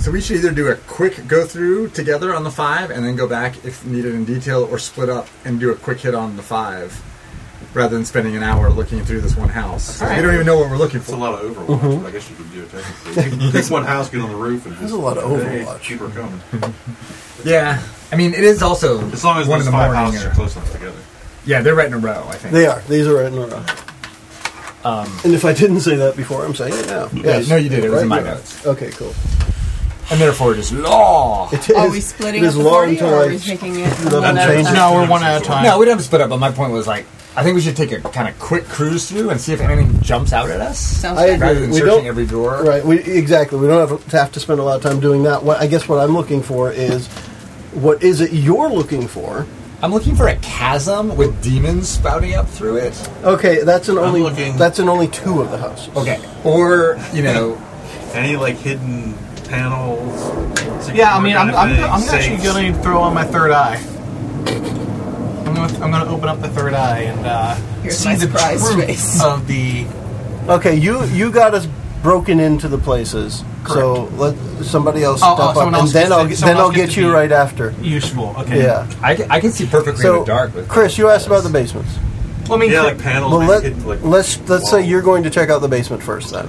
S4: So we should either do a quick go through together on the five, and then go back if needed in detail, or split up and do a quick hit on the five, rather than spending an hour looking through this one house. We don't even know what we're looking
S8: It's a
S4: for.
S8: lot of Overwatch, but I guess you could do it technically. Take one house, get on the roof, and
S2: Mm-hmm. There's
S8: just,
S2: a lot of
S8: Hey,
S2: Overwatch.
S8: keep her coming.
S6: Mm-hmm.
S4: Yeah, I mean it is also
S8: As long as
S4: one
S8: those
S4: in the
S8: five
S4: morning.
S8: houses
S4: or-
S8: are close enough together.
S4: yeah, they're right in a row. I think
S2: They are. These are right in a row.
S6: Um,
S2: and if I didn't say that before, I'm saying it now. Yes.
S4: no, you did. It was in my
S2: in a row.
S4: notes.
S2: Okay, cool.
S4: and therefore it is law.
S2: It is,
S5: Are we splitting
S2: it
S5: up
S2: is
S5: the
S2: law
S5: party,
S2: until
S5: or are
S2: I
S5: we taking it?
S2: love
S5: one
S2: and
S5: at a
S2: change it.
S5: time?
S6: No, we're one at a time.
S4: No, we don't have to split up. But my point was like, I think we should take a kind of quick cruise through and see if anything jumps out at us,
S5: Sounds
S2: I
S5: good.
S2: agree.
S4: rather than
S2: We don't-
S4: searching every door.
S2: Right. We, exactly. We don't have, have to spend a lot of time doing that. What I guess what I'm looking for is what is it you're looking for?
S4: I'm looking for a chasm with demons spouting up through it.
S2: Okay, that's an only
S8: looking-
S2: that's in only two of the houses.
S4: Okay, or you know,
S8: Any like hidden panels? secret
S6: Yeah, I mean, I'm, I'm,
S8: things,
S6: I'm actually
S8: safes?
S6: going to throw on my third eye. I'm going to I'm gonna open up the third eye and uh,
S5: Here's
S6: see
S5: my
S6: the
S5: surprised
S6: truth
S5: face.
S6: of the.
S2: Okay, you you got us broken into the places. So let somebody else
S6: Oh, oh,
S2: step up,
S6: someone
S2: and
S6: else
S2: then
S6: gets
S2: I'll
S6: to-
S2: get-
S6: someone
S2: then I'll
S6: else gets
S2: get
S6: to
S2: you
S6: be-
S2: right after.
S6: Useful. Okay.
S2: Yeah.
S4: I can, I can see perfectly in
S2: So,
S4: the dark with
S2: Chris, you asked about the basements.
S6: Well, I mean,
S8: Yeah,
S6: cr-
S8: like panels.
S2: Well,
S8: and
S2: let,
S8: hidden, like,
S2: let's let's say
S8: walls.
S2: you're going to check out the basement first. Then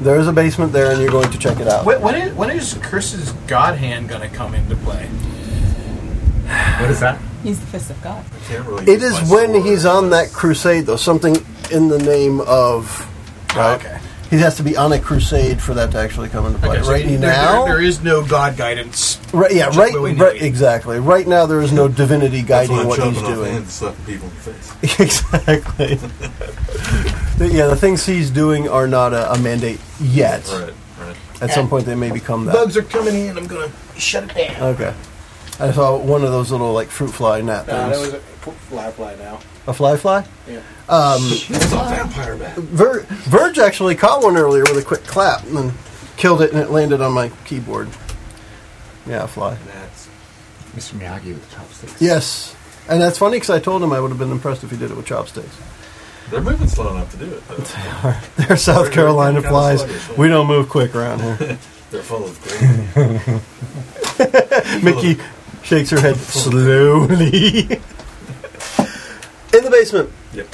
S2: there is a basement there, and you're going to check it out.
S6: wh- when, is, when is Chris's God hand going to come into play?
S4: What is that?
S5: He's the fist of God.
S8: I can't really
S2: It
S8: use
S2: is
S8: my
S2: when
S8: sword.
S2: he's on that crusade, though. Something in the name of. Right?
S6: okay.
S2: He has to be on a crusade for that to actually come into play.
S6: Okay, so
S2: right
S6: there- there-
S2: now,
S6: there is no God guidance.
S2: right, yeah,
S6: just
S2: right,
S6: willy
S2: right,
S6: nilly.
S2: exactly. Right now, there is no divinity
S8: That's
S2: guiding
S8: why I'm
S2: what
S8: chopping
S2: he's
S8: off hands
S2: doing.
S8: and slapping people in the face.
S2: exactly. The- yeah, the things he's doing are not a, a mandate yet.
S8: Right, right.
S2: At some point, they may become that.
S6: Bugs are coming in. I'm gonna shut it down.
S2: Okay. I saw one of those little like fruit fly gnat
S3: Nah, that
S2: things.
S3: was a fly fly now.
S2: a fly fly.
S3: Yeah.
S8: It's all vampire bat.
S2: Ver- Verge actually caught one earlier with a quick clap and then killed it, and it landed on my keyboard. Yeah, a fly.
S8: That's
S4: Mr. Miyagi with the chopsticks.
S2: Yes, and that's funny because I told him I would have been impressed if he did it with chopsticks.
S8: they're moving slow enough to do it. Though.
S2: They're South
S8: They're
S2: Carolina
S8: kinda
S2: flies.
S8: sluggish.
S2: We don't move quick around here.
S8: They're full of green.
S2: Mickey shakes her head slowly. In the basement.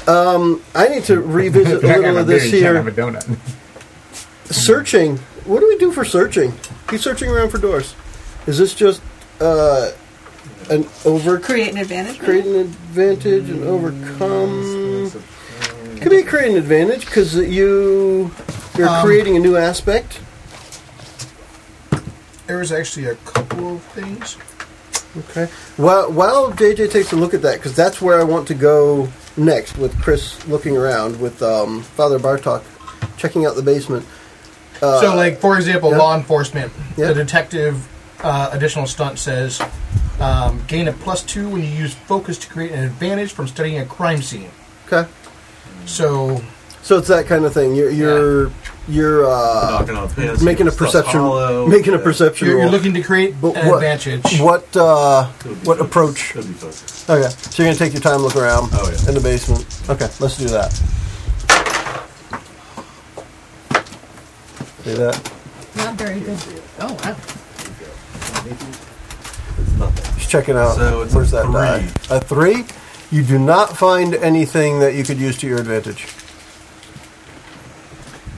S2: Um,
S8: Yep.
S2: I need to revisit a
S4: You're not gonna
S2: little
S4: have
S2: of
S4: beer,
S2: this
S4: you can't
S2: here.
S4: have a donut.
S2: Searching. What do we do for searching? Keep searching around for doors. Is this just uh, an over
S5: Create an advantage.
S2: create an advantage and overcome? Could be create an advantage because you you're
S6: Um,
S2: creating a new aspect.
S6: There was actually a couple of things.
S2: Okay. While while JJ takes a look at that, because that's where I want to go next with Chris looking around with um, Father Bartok checking out the basement. Uh,
S6: so, like for example,
S2: yeah.
S6: law enforcement.
S2: Yeah.
S6: The detective uh, additional stunt says um, gain a plus two when you use focus to create an advantage from studying a crime scene.
S2: okay.
S6: So
S2: So it's that kind of thing. You're you're you're uh,
S8: Knocking on pins,
S2: making a
S8: stuff's
S2: perception
S8: hollow.
S2: making a
S8: Yeah.
S2: perception
S6: you're, you're
S2: roll.
S6: looking to create
S2: But
S6: an
S2: what-
S6: advantage.
S2: What uh,
S8: Could be
S2: what
S8: focused.
S2: approach?
S8: Could be focused.
S2: Okay, so you're gonna take your time, look around
S8: Oh, yeah.
S2: in the basement. Okay, let's do that. See that?
S7: Not very good. Oh wow.
S8: It's nothing.
S2: Just checking out.
S8: So it's a
S2: Where's that
S8: three.
S2: die? A three. You do not find anything that you could use to your advantage.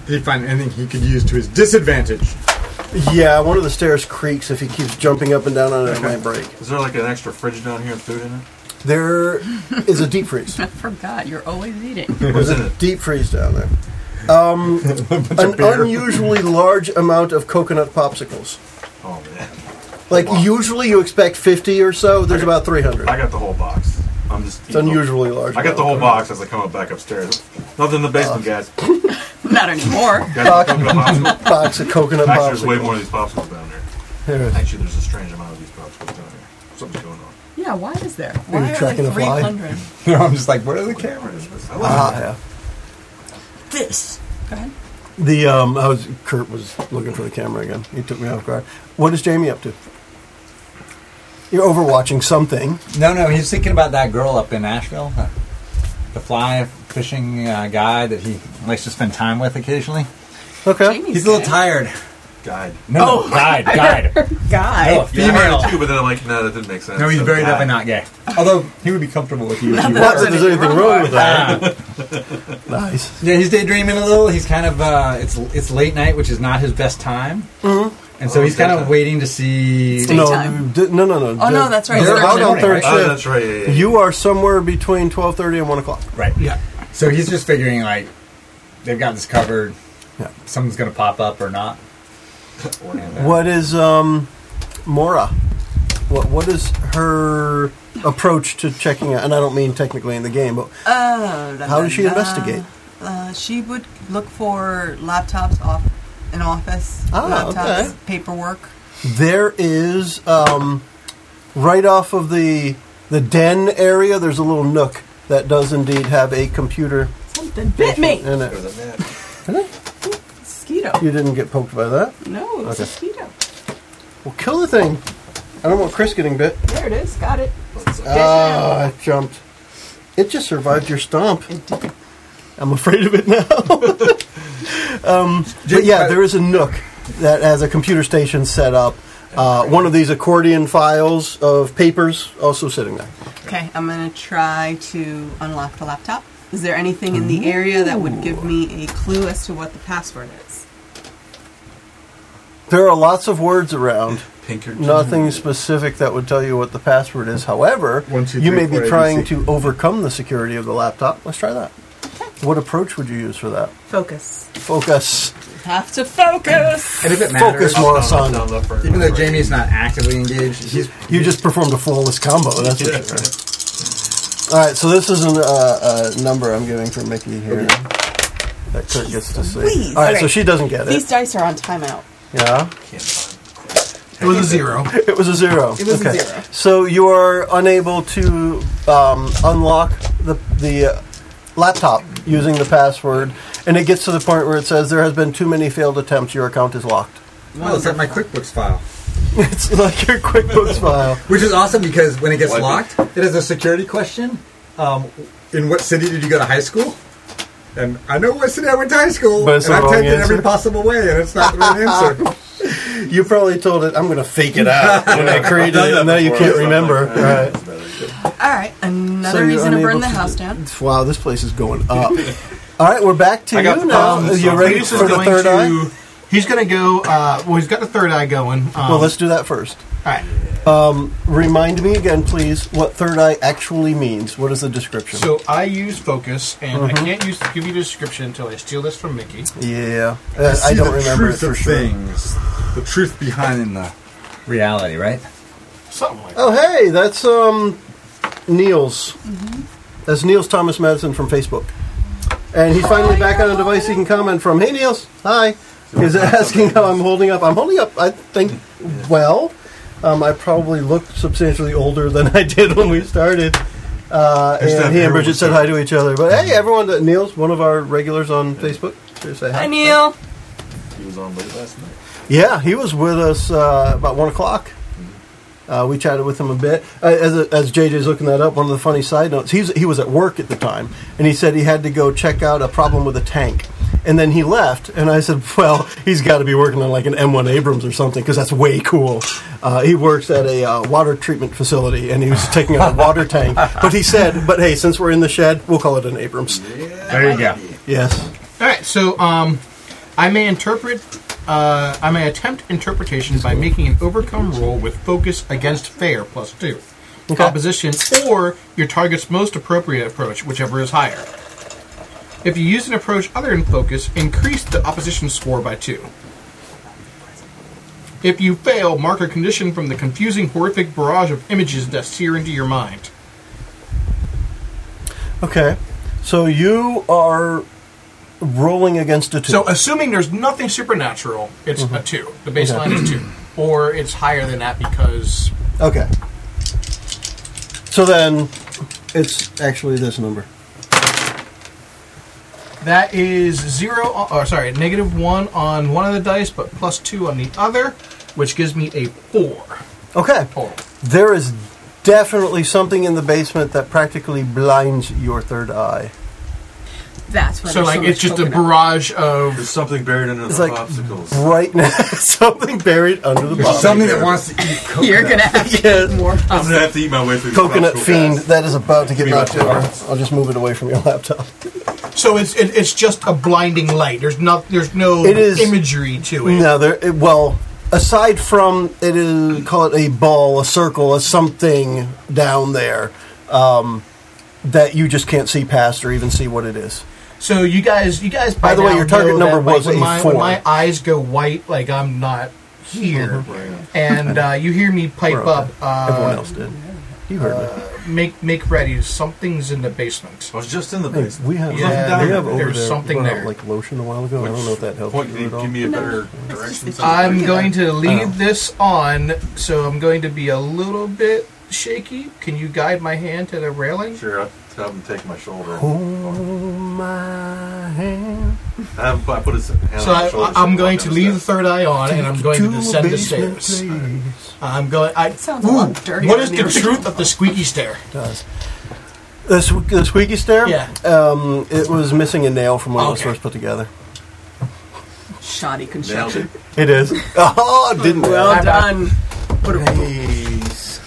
S4: He'd find anything he could use to his disadvantage.
S2: Yeah, one of the stairs creaks if he keeps jumping up and down on it. It might break.
S8: Is there like an extra fridge down here and food in it?
S2: There is a deep freeze.
S7: I forgot. You're always eating.
S8: What's in it?
S2: Deep freeze down there. Um, an unusually large amount of coconut popsicles.
S8: Oh man,
S2: Like usually you expect fifty or so. There's about three hundred.
S8: I got the whole box. I'm just.
S2: It's unusually large.
S8: I got the whole box as I come up back upstairs. Nothing in the basement, guys.
S7: Not anymore.
S8: Guys, don't go popsicle.
S2: box of coconut
S8: Actually, there's way
S2: popsicles.
S8: more of these popsicles down there.
S2: There it is.
S8: Actually, there's a strange amount of these popsicles down there. Something's going on.
S7: Yeah. Why is there?
S2: Are you
S7: Why are
S2: tracking a
S7: there
S2: fly?
S7: 300?
S4: No, I'm just like, what are the cameras?
S8: I love
S2: Ah, yeah.
S7: This. Go ahead.
S2: The um, I was Kurt was looking for the camera again. He took me off guard. What is Jamie up to? You're overwatching something.
S4: No, no, he's thinking about that girl up in Nashville, uh, the fly fishing uh, guy that he likes to spend time with occasionally.
S2: Okay.
S7: Jamie's
S4: He's a little
S7: good.
S4: tired. Oh
S8: it. Guide.
S4: No, no, guide, guide.
S7: Guy.
S2: Oh.
S4: No, a
S8: Yeah, I
S4: female.
S8: heard it too, but then I'm like, no, that didn't make sense.
S4: No, he's
S8: So,
S4: very
S8: guide.
S4: definitely not gay. Although he would be comfortable with you. if you
S2: Not
S4: were.
S2: that there's anything wrong with that.
S4: Ah.
S2: Nice.
S4: Yeah, he's daydreaming a little. He's kind of uh, it's it's late night, which is not his best time, mm-hmm. and so
S8: Oh,
S4: he's kind of
S8: daytime.
S4: waiting to see.
S7: Stay-
S2: No,
S7: Daytime.
S2: d- no, no, no.
S7: Oh, no,
S2: d-
S7: that's right.
S2: They're
S7: Third
S2: out on
S4: morning,
S2: third
S4: right?
S8: Oh,
S2: shift.
S8: that's right. Yeah, yeah, yeah.
S2: You are somewhere between twelve thirty and one o'clock.
S4: Right. Yeah. So he's just figuring like they've got this covered.
S2: Yeah.
S4: Something's gonna pop up or not. And, uh,
S2: What is um, Mora? What what is her approach to checking out? And I don't mean technically in the game, but
S5: Oh, da,
S2: how
S5: da,
S2: does she
S5: da.
S2: investigate?
S5: Uh, she would look for laptops off an office,
S2: Ah,
S5: laptops,
S2: okay.
S5: paperwork.
S2: There is um, right off of the the den area. There's a little nook that does indeed have a computer
S7: Something bit me.
S2: in it.
S8: There's a man.
S7: Mosquito.
S2: You didn't get poked by that.
S7: No, it's
S2: Okay.
S7: a mosquito.
S2: Well, kill the thing. I don't want Chris getting bit.
S7: There it is. Got it.
S2: Ah, I jumped. It just survived your stomp.
S7: It did.
S2: I'm afraid of it now.
S4: Jake,
S2: But yeah,
S4: uh,
S2: there is a nook that has a computer station set up. Uh, one of these accordion files of papers also sitting there.
S5: Okay, I'm gonna try to unlock the laptop. Is there anything in the area that would give me a clue as to what the password is?
S2: There are lots of words around.
S8: Pinkerton.
S2: Nothing specific that would tell you what the password is. However,
S4: One, two,
S2: you
S4: three,
S2: may be
S4: four,
S2: trying
S4: ABC.
S2: to overcome the security of the laptop. Let's try that. What approach would you use for that?
S5: Focus.
S2: Focus.
S7: Have to focus.
S4: and if it matters,
S2: Focus, Mora
S8: Down,
S2: San.
S8: down, left, right,
S4: even though
S8: right.
S4: Jamie's not actively engaged, he's
S2: You just performed a flawless combo. That's what you uh, All right, so this is an, uh, a number I'm giving for Mickey here. that Kurt gets to see.
S5: Please.
S2: All right, so
S5: Okay.
S2: she doesn't get
S5: These
S2: it.
S5: dice are on timeout.
S2: Yeah,
S6: It was a zero.
S2: it was a zero.
S5: It was a zero.
S2: So you are unable to um, unlock the the uh, laptop using the password, and it gets to the point where it says there has been too many failed attempts. Your account is locked.
S4: Well, it's like my QuickBooks file.
S2: It's like your QuickBooks file.
S4: Which is awesome because when it gets
S8: Why be-
S4: locked, it has a security question. Um, in what city did you go to high school? And I know what city I went to high school,
S2: But it's
S4: and
S2: the
S4: I've
S2: wrong
S4: typed it
S2: answer.
S4: every possible way, and it's not the right answer.
S2: You probably told it, "I'm going to fake it out," when I created it, and now you can't remember. All right.
S5: All right, another
S2: So you're
S5: reason to burn
S2: unable
S5: the
S2: to
S5: house
S2: do-
S5: down.
S2: Wow, this place is going up. All right, we're back to
S8: I got
S2: you
S8: the
S2: now.
S8: problem
S2: Are you
S8: solved.
S2: ready
S6: Cletus is
S2: for the
S6: going
S2: third
S6: to-
S2: eye?
S6: He's going to go. Uh, well, he's got the third eye going. Um,
S2: Well, let's do that first.
S6: all right.
S2: Remind me again, please, what third eye actually means. What is the description?
S6: So I use focus, and I
S2: Mm-hmm.
S6: can't use give you the description until I steal this from Mickey.
S2: yeah, uh, I
S4: See
S2: don't
S4: the
S2: remember it
S4: truth
S2: for
S4: of
S2: sure.
S4: things, the truth behind the reality, right?
S6: Something like that.
S2: Oh, hey, that's um, Niels. That's Niels Thomas Madison from Facebook, and he's finally back on a device he can comment from. Hey, Niels, hi. He's asking how I'm holding up. I'm holding up, I think, well. Um, I probably look substantially older than I did when we started. Uh, and he
S8: Is that
S2: and
S8: everyone
S2: Bridget said hi to each other. But hey, everyone, that Niels, one of our regulars on Facebook, should say hi.
S7: Hi, Neil.
S8: He was on late last night.
S2: Yeah, he was with us uh, about one o'clock. Uh, we chatted with him a bit. Uh, as, as JJ's looking that up, one of the funny side notes, he's, he was at work at the time, and he said he had to go check out a problem with a tank. And then he left, and I said, Well, he's got to be working on like an M1 Abrams or something, because that's way cool. Uh, he works at a uh, water treatment facility, and he was taking out a water tank. But he said, But hey, since we're in the shed, we'll call it an Abrams.
S4: There you go.
S2: Yes.
S6: All right. So um, I may interpret. Uh, I may attempt interpretation by making an overcome roll with focus against fair plus two. Composition or your target's most appropriate approach, whichever is higher. If you use an approach other than focus, increase the opposition score by two. If you fail, mark a condition from the confusing, horrific barrage of images that sear into your mind.
S2: Okay. So you are rolling against a two.
S6: So, assuming there's nothing supernatural, it's a two. The baseline is two, or it's higher than that because
S2: Okay. So then, it's actually this number.
S6: that is zero. uh, Or sorry, negative one on one of the dice, but plus two on the other, which gives me a four
S2: Okay.
S6: total.
S2: There is definitely something in the basement that practically blinds your third eye.
S5: That's why
S6: So,
S5: there's
S6: like,
S5: so
S6: it's
S5: much
S6: just a
S5: coconut.
S6: barrage of
S8: There's something buried under
S2: It's
S8: the
S2: like
S8: popsicles.
S2: right now, something buried under the bottom.
S4: Something that wants to eat coconut.
S5: You're gonna have to
S2: Yes.
S5: get more.
S8: I'm gonna have to eat my way through these
S2: Coconut
S8: popsicle
S2: fiend
S8: guys.
S2: that is about to get
S8: Give me
S2: knocked
S8: my
S2: over.
S8: phone.
S2: I'll just move it away from your laptop.
S6: so it's it, it's just a blinding light. There's not there's no
S2: It is-
S6: imagery to it.
S2: No, there. It, well, aside from it is call it a ball, a circle, a something down there um, that you just can't see past or even see what it is.
S6: So you guys, you guys. By,
S2: the way,
S6: now
S2: your target
S6: know
S2: number
S6: that, like,
S2: was
S6: when
S2: a
S6: my,
S2: four.
S6: When my eyes go white, like I'm not here, and uh, you hear me pipe
S2: We're
S6: up.
S2: okay. Everyone
S6: Uh,
S2: else did. You heard me.
S6: make make ready. Something's in the basement.
S8: I was just in the
S2: Hey,
S8: basement.
S2: we have, uh,
S8: There's nothing down
S2: we have
S8: there.
S2: over
S6: There's
S2: there,
S6: something
S2: brought out,
S6: there.
S2: like lotion a while ago. and I don't know if that helped
S8: Point,
S2: you at all.
S8: give me a better direction.
S5: it's-
S8: somewhere.
S6: I'm going to leave
S2: Oh.
S6: this on, so I'm going to be a little bit shaky. Can you guide my hand to the railing?
S8: Sure, I'll have him take my shoulder.
S2: Hold my hand.
S8: I have I put his hand
S6: So
S8: on my
S6: I,
S8: shoulder.
S6: I'm going to
S8: walk
S6: leave
S8: down
S6: the third eye on, and I'm going to descend the
S2: basement,
S6: stairs.
S2: please.
S6: I'm going. I,
S5: Sounds a lot dirtier
S6: What is
S5: than
S6: the
S5: the
S6: truth of the squeaky stair?
S2: Does. The, sque- the squeaky stair?
S6: Yeah.
S2: Um, it was missing a nail from when it was
S6: Okay.
S2: first put together.
S5: Shoddy
S8: Nailed it.
S5: construction.
S2: It is. Oh, it didn't
S5: Well done.
S2: Nice.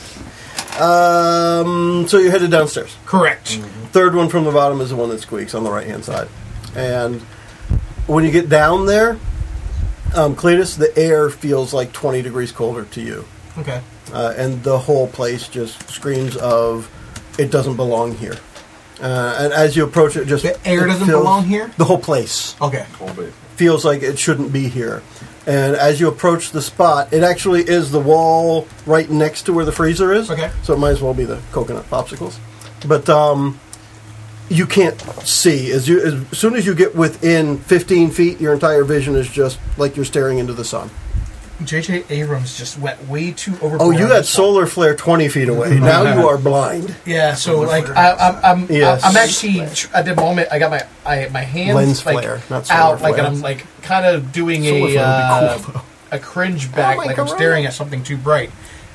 S2: Um, so you're headed downstairs.
S6: Correct.
S2: Third one from the bottom is the one that squeaks on the right hand side. And when you get down there, um, Cletus, the air feels like 20 degrees colder to you.
S6: Okay.
S2: Uh, and the whole place just screams of, it doesn't belong here. Uh, and as you approach it, just.
S6: The air
S2: it
S6: doesn't
S2: feels-
S6: belong here?
S2: The whole place
S6: Okay.
S8: Whole basement.
S2: feels like it shouldn't be here. And as you approach the spot, it actually is the wall right next to where the freezer is.
S6: Okay.
S2: So it might as well be the coconut popsicles. But um, you can't see as you as soon as you get within 15 feet your entire vision is just like you're staring into the sun
S6: JJ Abrams just went way too overboard.
S2: oh you
S6: on
S2: got
S6: this one.
S2: solar flare 20 feet away now you are blind
S6: Yeah, so like I, I'm, I'm,
S2: Yes.
S6: I'm actually tr- at the moment I got my I my hands
S2: Lens
S6: like,
S2: flare, not solar
S6: out, like
S2: flare.
S6: and I'm like kind of doing
S2: Solar
S6: a
S2: flare would be cool,
S6: uh, a cringe back,
S2: my
S6: like I'm
S2: God.
S6: staring at something too bright,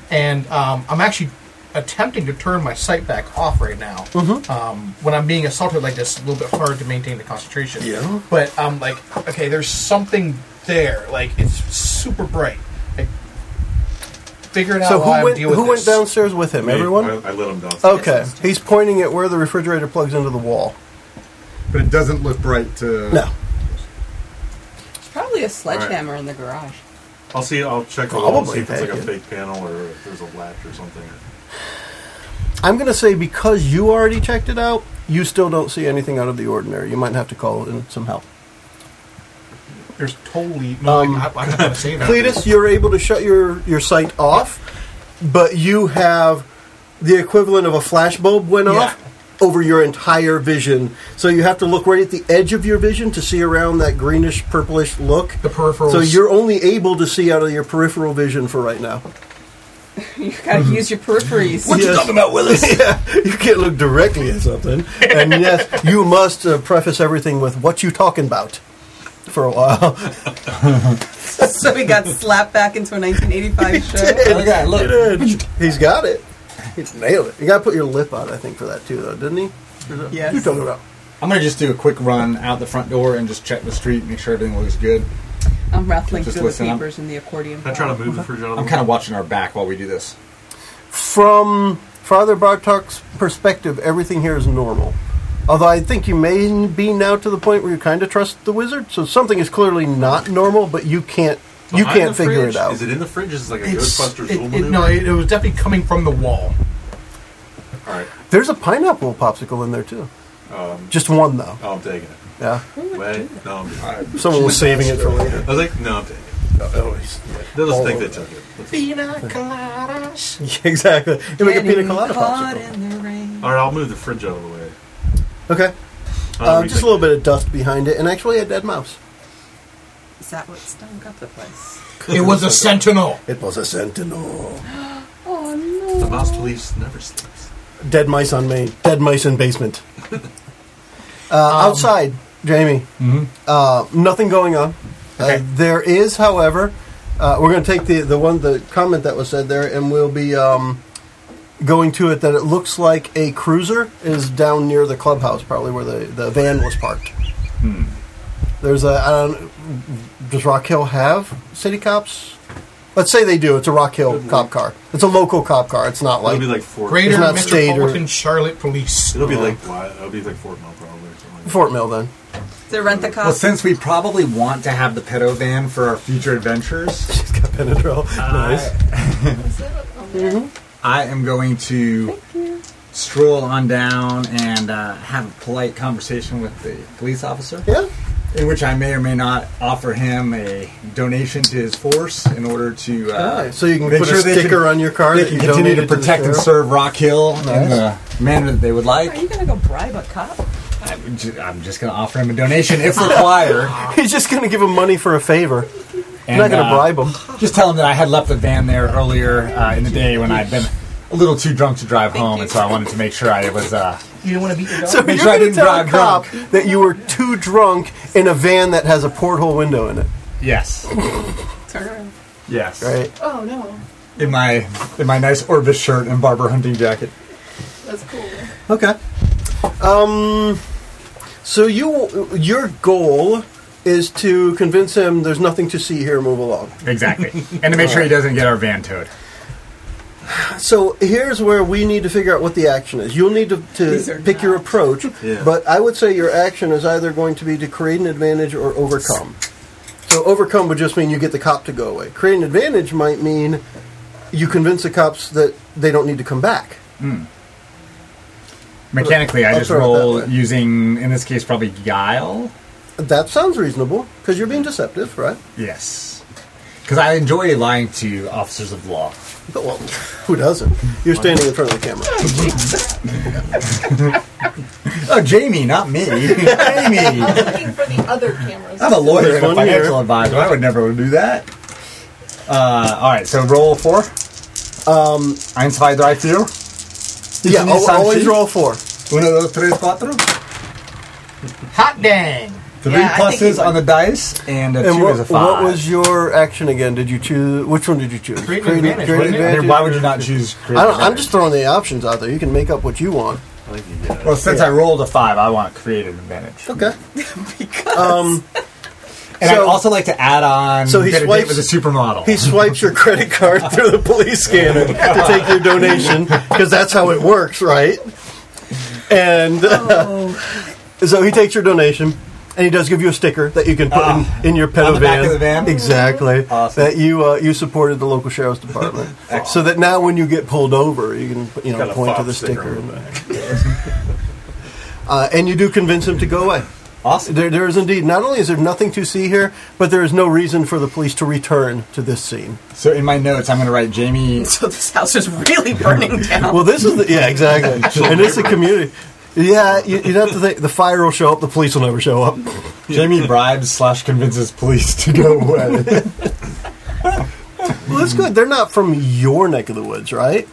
S6: and um, I'm actually attempting to turn my sight back off right now.
S2: Mm-hmm.
S6: Um, when I'm being assaulted like this, it's a little bit hard to maintain the concentration.
S8: Yeah.
S6: but I'm like, okay, there's something there, like it's super bright. Like, figure it out.
S2: so
S6: while
S2: who
S6: I'm
S2: went
S6: dealing with
S2: who went
S6: this.
S2: downstairs with him
S8: Me,
S2: everyone
S8: I, I let him down.
S2: okay he's pointing at where the refrigerator plugs into the wall
S3: But it doesn't look bright to.
S2: no
S5: There's probably a sledgehammer in the garage.
S8: I'll see. I'll check the wall and
S2: Probably
S8: see if it's like a
S2: pagan.
S8: fake panel or if there's a latch or something.
S2: i'm going to say because you already checked it out you still don't see anything out of the ordinary you might have to call in some help
S6: There's totally no.
S2: Um,
S6: I, I'm not gonna say that.
S2: Cletus, you're able to shut your, your sight off, but you have the equivalent of a flash bulb went
S6: Yeah.
S2: off over your entire vision. So you have to look right at the edge of your vision to see around that greenish purplish look.
S6: The peripherals.
S2: So you're only able to see out of your peripheral vision for right now.
S5: You gotta use your peripheries.
S2: you Yes. talking
S5: about, Willis?
S2: yeah, you can't look directly at something. And yes, you must uh, preface everything with what you talking about for a while.
S5: so we got slapped back into a 1985 show.
S4: Oh, yeah, look.
S2: He's got it. He nailed it. You got to put your lip out, I think, for that too, though, didn't he?
S5: Yes.
S2: You talking about?
S4: I'm gonna just do a quick run out the front door and just check the street, make sure everything looks good.
S5: I'm rattling
S4: Just
S5: through the
S4: listen, I'm-
S5: papers and the accordion.
S8: I'm trying to move the refrigerator.
S4: I'm kind of watching our back while we do this.
S2: From Father Bartok's perspective, everything here is normal. Although I think you may be now to the point where you kind of trust the wizard, so something is clearly not normal, but you can't you can't figure it out.
S8: Is it in the fridge? Is it like a
S6: It's-
S8: Ghostbusters
S6: it-
S8: duel
S6: it-
S8: maneuver?
S6: no, it, it was definitely coming from the wall.
S8: All right,
S2: There's a pineapple popsicle in there too. Just one though.
S8: oh, I'm taking it.
S2: Yeah,
S8: Wait, no, I'm taking it.
S2: someone was saving it for later.
S8: I was like, no, I'm taking it. They'll just think they took it. That's-
S6: Pina coladas.
S2: Yeah, exactly. You make a pina
S5: Getting
S2: colada
S5: caught
S2: popsicle.
S5: in the rain.
S8: All right, I'll move the fridge out of the way.
S2: Okay, um, just a little bit of dust behind it, and actually a dead mouse.
S5: Is that what stunk up the place?
S6: It was a sentinel.
S2: It was a sentinel.
S5: Oh
S8: The
S5: no!
S8: mouse police never sleeps.
S2: Dead mice on Main. Dead mice in basement.
S8: Um,
S2: Uh, outside, Jamie.
S8: Mm-hmm.
S2: Uh, nothing going on. Uh, there is, however, uh, we're going to take the the one the comment that was said there, and we'll be um, going to it. That it looks like a cruiser is down near the clubhouse, probably where the, the van was parked.
S8: Hmm.
S2: There's a I don't, does Rock Hill have city cops? Let's say they do. It's a Rock Hill cop car. It's a local cop car. It's not
S8: It'll
S2: like
S8: be like Fort.
S6: Greater
S2: It's not state or-
S6: Metropolitan Charlotte Police.
S8: It'll be like Bly- it'll be like Fort Mill probably. Or something like that.
S2: Fort Mill then.
S5: The rent the cop.
S4: Well, since we probably want to have the pedo van for our future adventures,
S2: She's got Benadryl. nice.
S4: I am going to stroll on down and uh, have a polite conversation with the police officer,
S2: Yeah.
S4: in which I may or may not offer him a donation to his force in order to uh,
S2: So you can
S4: make
S2: put
S4: sure
S2: a
S4: they can-
S2: sticker on your car
S4: They
S2: that
S4: can
S2: you
S4: continue to
S2: donated to the
S4: protect and
S2: sheriff.
S4: serve Rock Hill in the manner that they would
S7: Are
S4: like.
S7: you gonna go bribe a cop?
S4: I'm ju- I'm just going to offer him a donation if required.
S2: He's just going to give him money for a favor. You're
S4: And,
S2: not going to
S4: uh,
S2: bribe him.
S4: Just tell him that I had left the van there earlier uh, in the day when I'd been a little too drunk to drive home, and so I wanted to make sure I was. Uh,
S6: you don't want to beat your dog.
S2: So
S4: make
S2: you're
S4: sure I
S2: going to
S4: didn't
S2: tell a
S4: drive
S2: cop that you were too drunk in a van that has a porthole window in it,
S4: yes,
S5: Turn around.
S4: yes,
S2: right?
S7: Oh no,
S4: in my in my nice Orvis shirt and barber hunting jacket.
S7: that's cool.
S2: Okay. Um. So you your goal is to convince him there's nothing to see here. Move along.
S4: Exactly, and to make sure he doesn't get our van towed.
S2: So here's where we need to figure out what the action is. You'll need to,
S5: These
S2: to
S5: are
S2: pick your approach,
S8: Yeah.
S2: but I would say your action is either going to be to create an advantage or overcome. So overcome would just mean you get the cop to go away. Create an advantage might mean you convince the cops that they don't need to come back.
S4: Mechanically, I
S2: I'll
S4: just
S2: throw it
S4: roll
S2: that way.
S4: using, in this case, probably guile.
S2: That sounds reasonable because you're being deceptive, right?
S4: Yes, because I enjoy lying to officers of law.
S2: But, well, who doesn't? You're standing in front of the camera.
S4: Oh, Jamie, not me. Jamie.
S7: I'm looking for the other cameras.
S4: I'm a lawyer
S2: There's
S4: and a
S2: one here.
S4: financial advisor. I would never do that. Uh, all right, so roll four. Um, Ein, zwei, drei, vier.
S2: Yeah,
S4: Isn't it
S2: al-
S4: some
S2: always
S4: sheet?
S2: roll four.
S4: Uno, dos, tres, cuatro.
S6: Hot dang!
S4: Three
S5: Yeah, I think he
S4: pluses on the dice, and a
S2: And
S4: two
S2: what,
S4: is a
S2: what
S4: five.
S2: was your action again? Did you choose? Which one did you choose?
S6: Create an advantage, wouldn't it?
S4: I mean, why would you not choose? creative
S2: I don't, I'm just
S4: advantage?
S2: throwing the options out there. You can make up what you want.
S8: I think you get it.
S4: Well, since I rolled a five, I want creative advantage.
S2: Okay. um,
S4: And
S2: So-
S4: I'd also like to add on.
S2: So he
S4: get a date
S2: swipes-
S4: with a supermodel.
S2: he swipes your credit card through the police scanner to take your donation because that's how it works, right? And
S5: Oh,
S2: so he takes your donation. And he does give you a sticker that you can put in, in your pet
S4: Ah, On the back of the van? Mm-hmm.
S2: Exactly.
S4: Awesome.
S2: That you uh, you supported the local sheriff's department. so that now when you get pulled over, you can you
S8: Got
S2: know
S8: a
S2: point to
S8: fob
S2: the
S8: sticker
S2: sticker.
S8: on the
S2: Uh, and you do convince him to go away.
S4: Awesome.
S2: There, there is indeed. Not only is there nothing to see here, but there is no reason for the police to return to this scene.
S4: So in my notes, I'm going to write Jamie.
S5: So this house is really burning down.
S2: Well, this is the yeah, exactly, and it's a community. Yeah, you, you have to think the fire will show up, the police will never show up.
S4: Jamie bribes slash convinces police to go away.
S2: Well, that's good. They're not from your neck of the woods, right?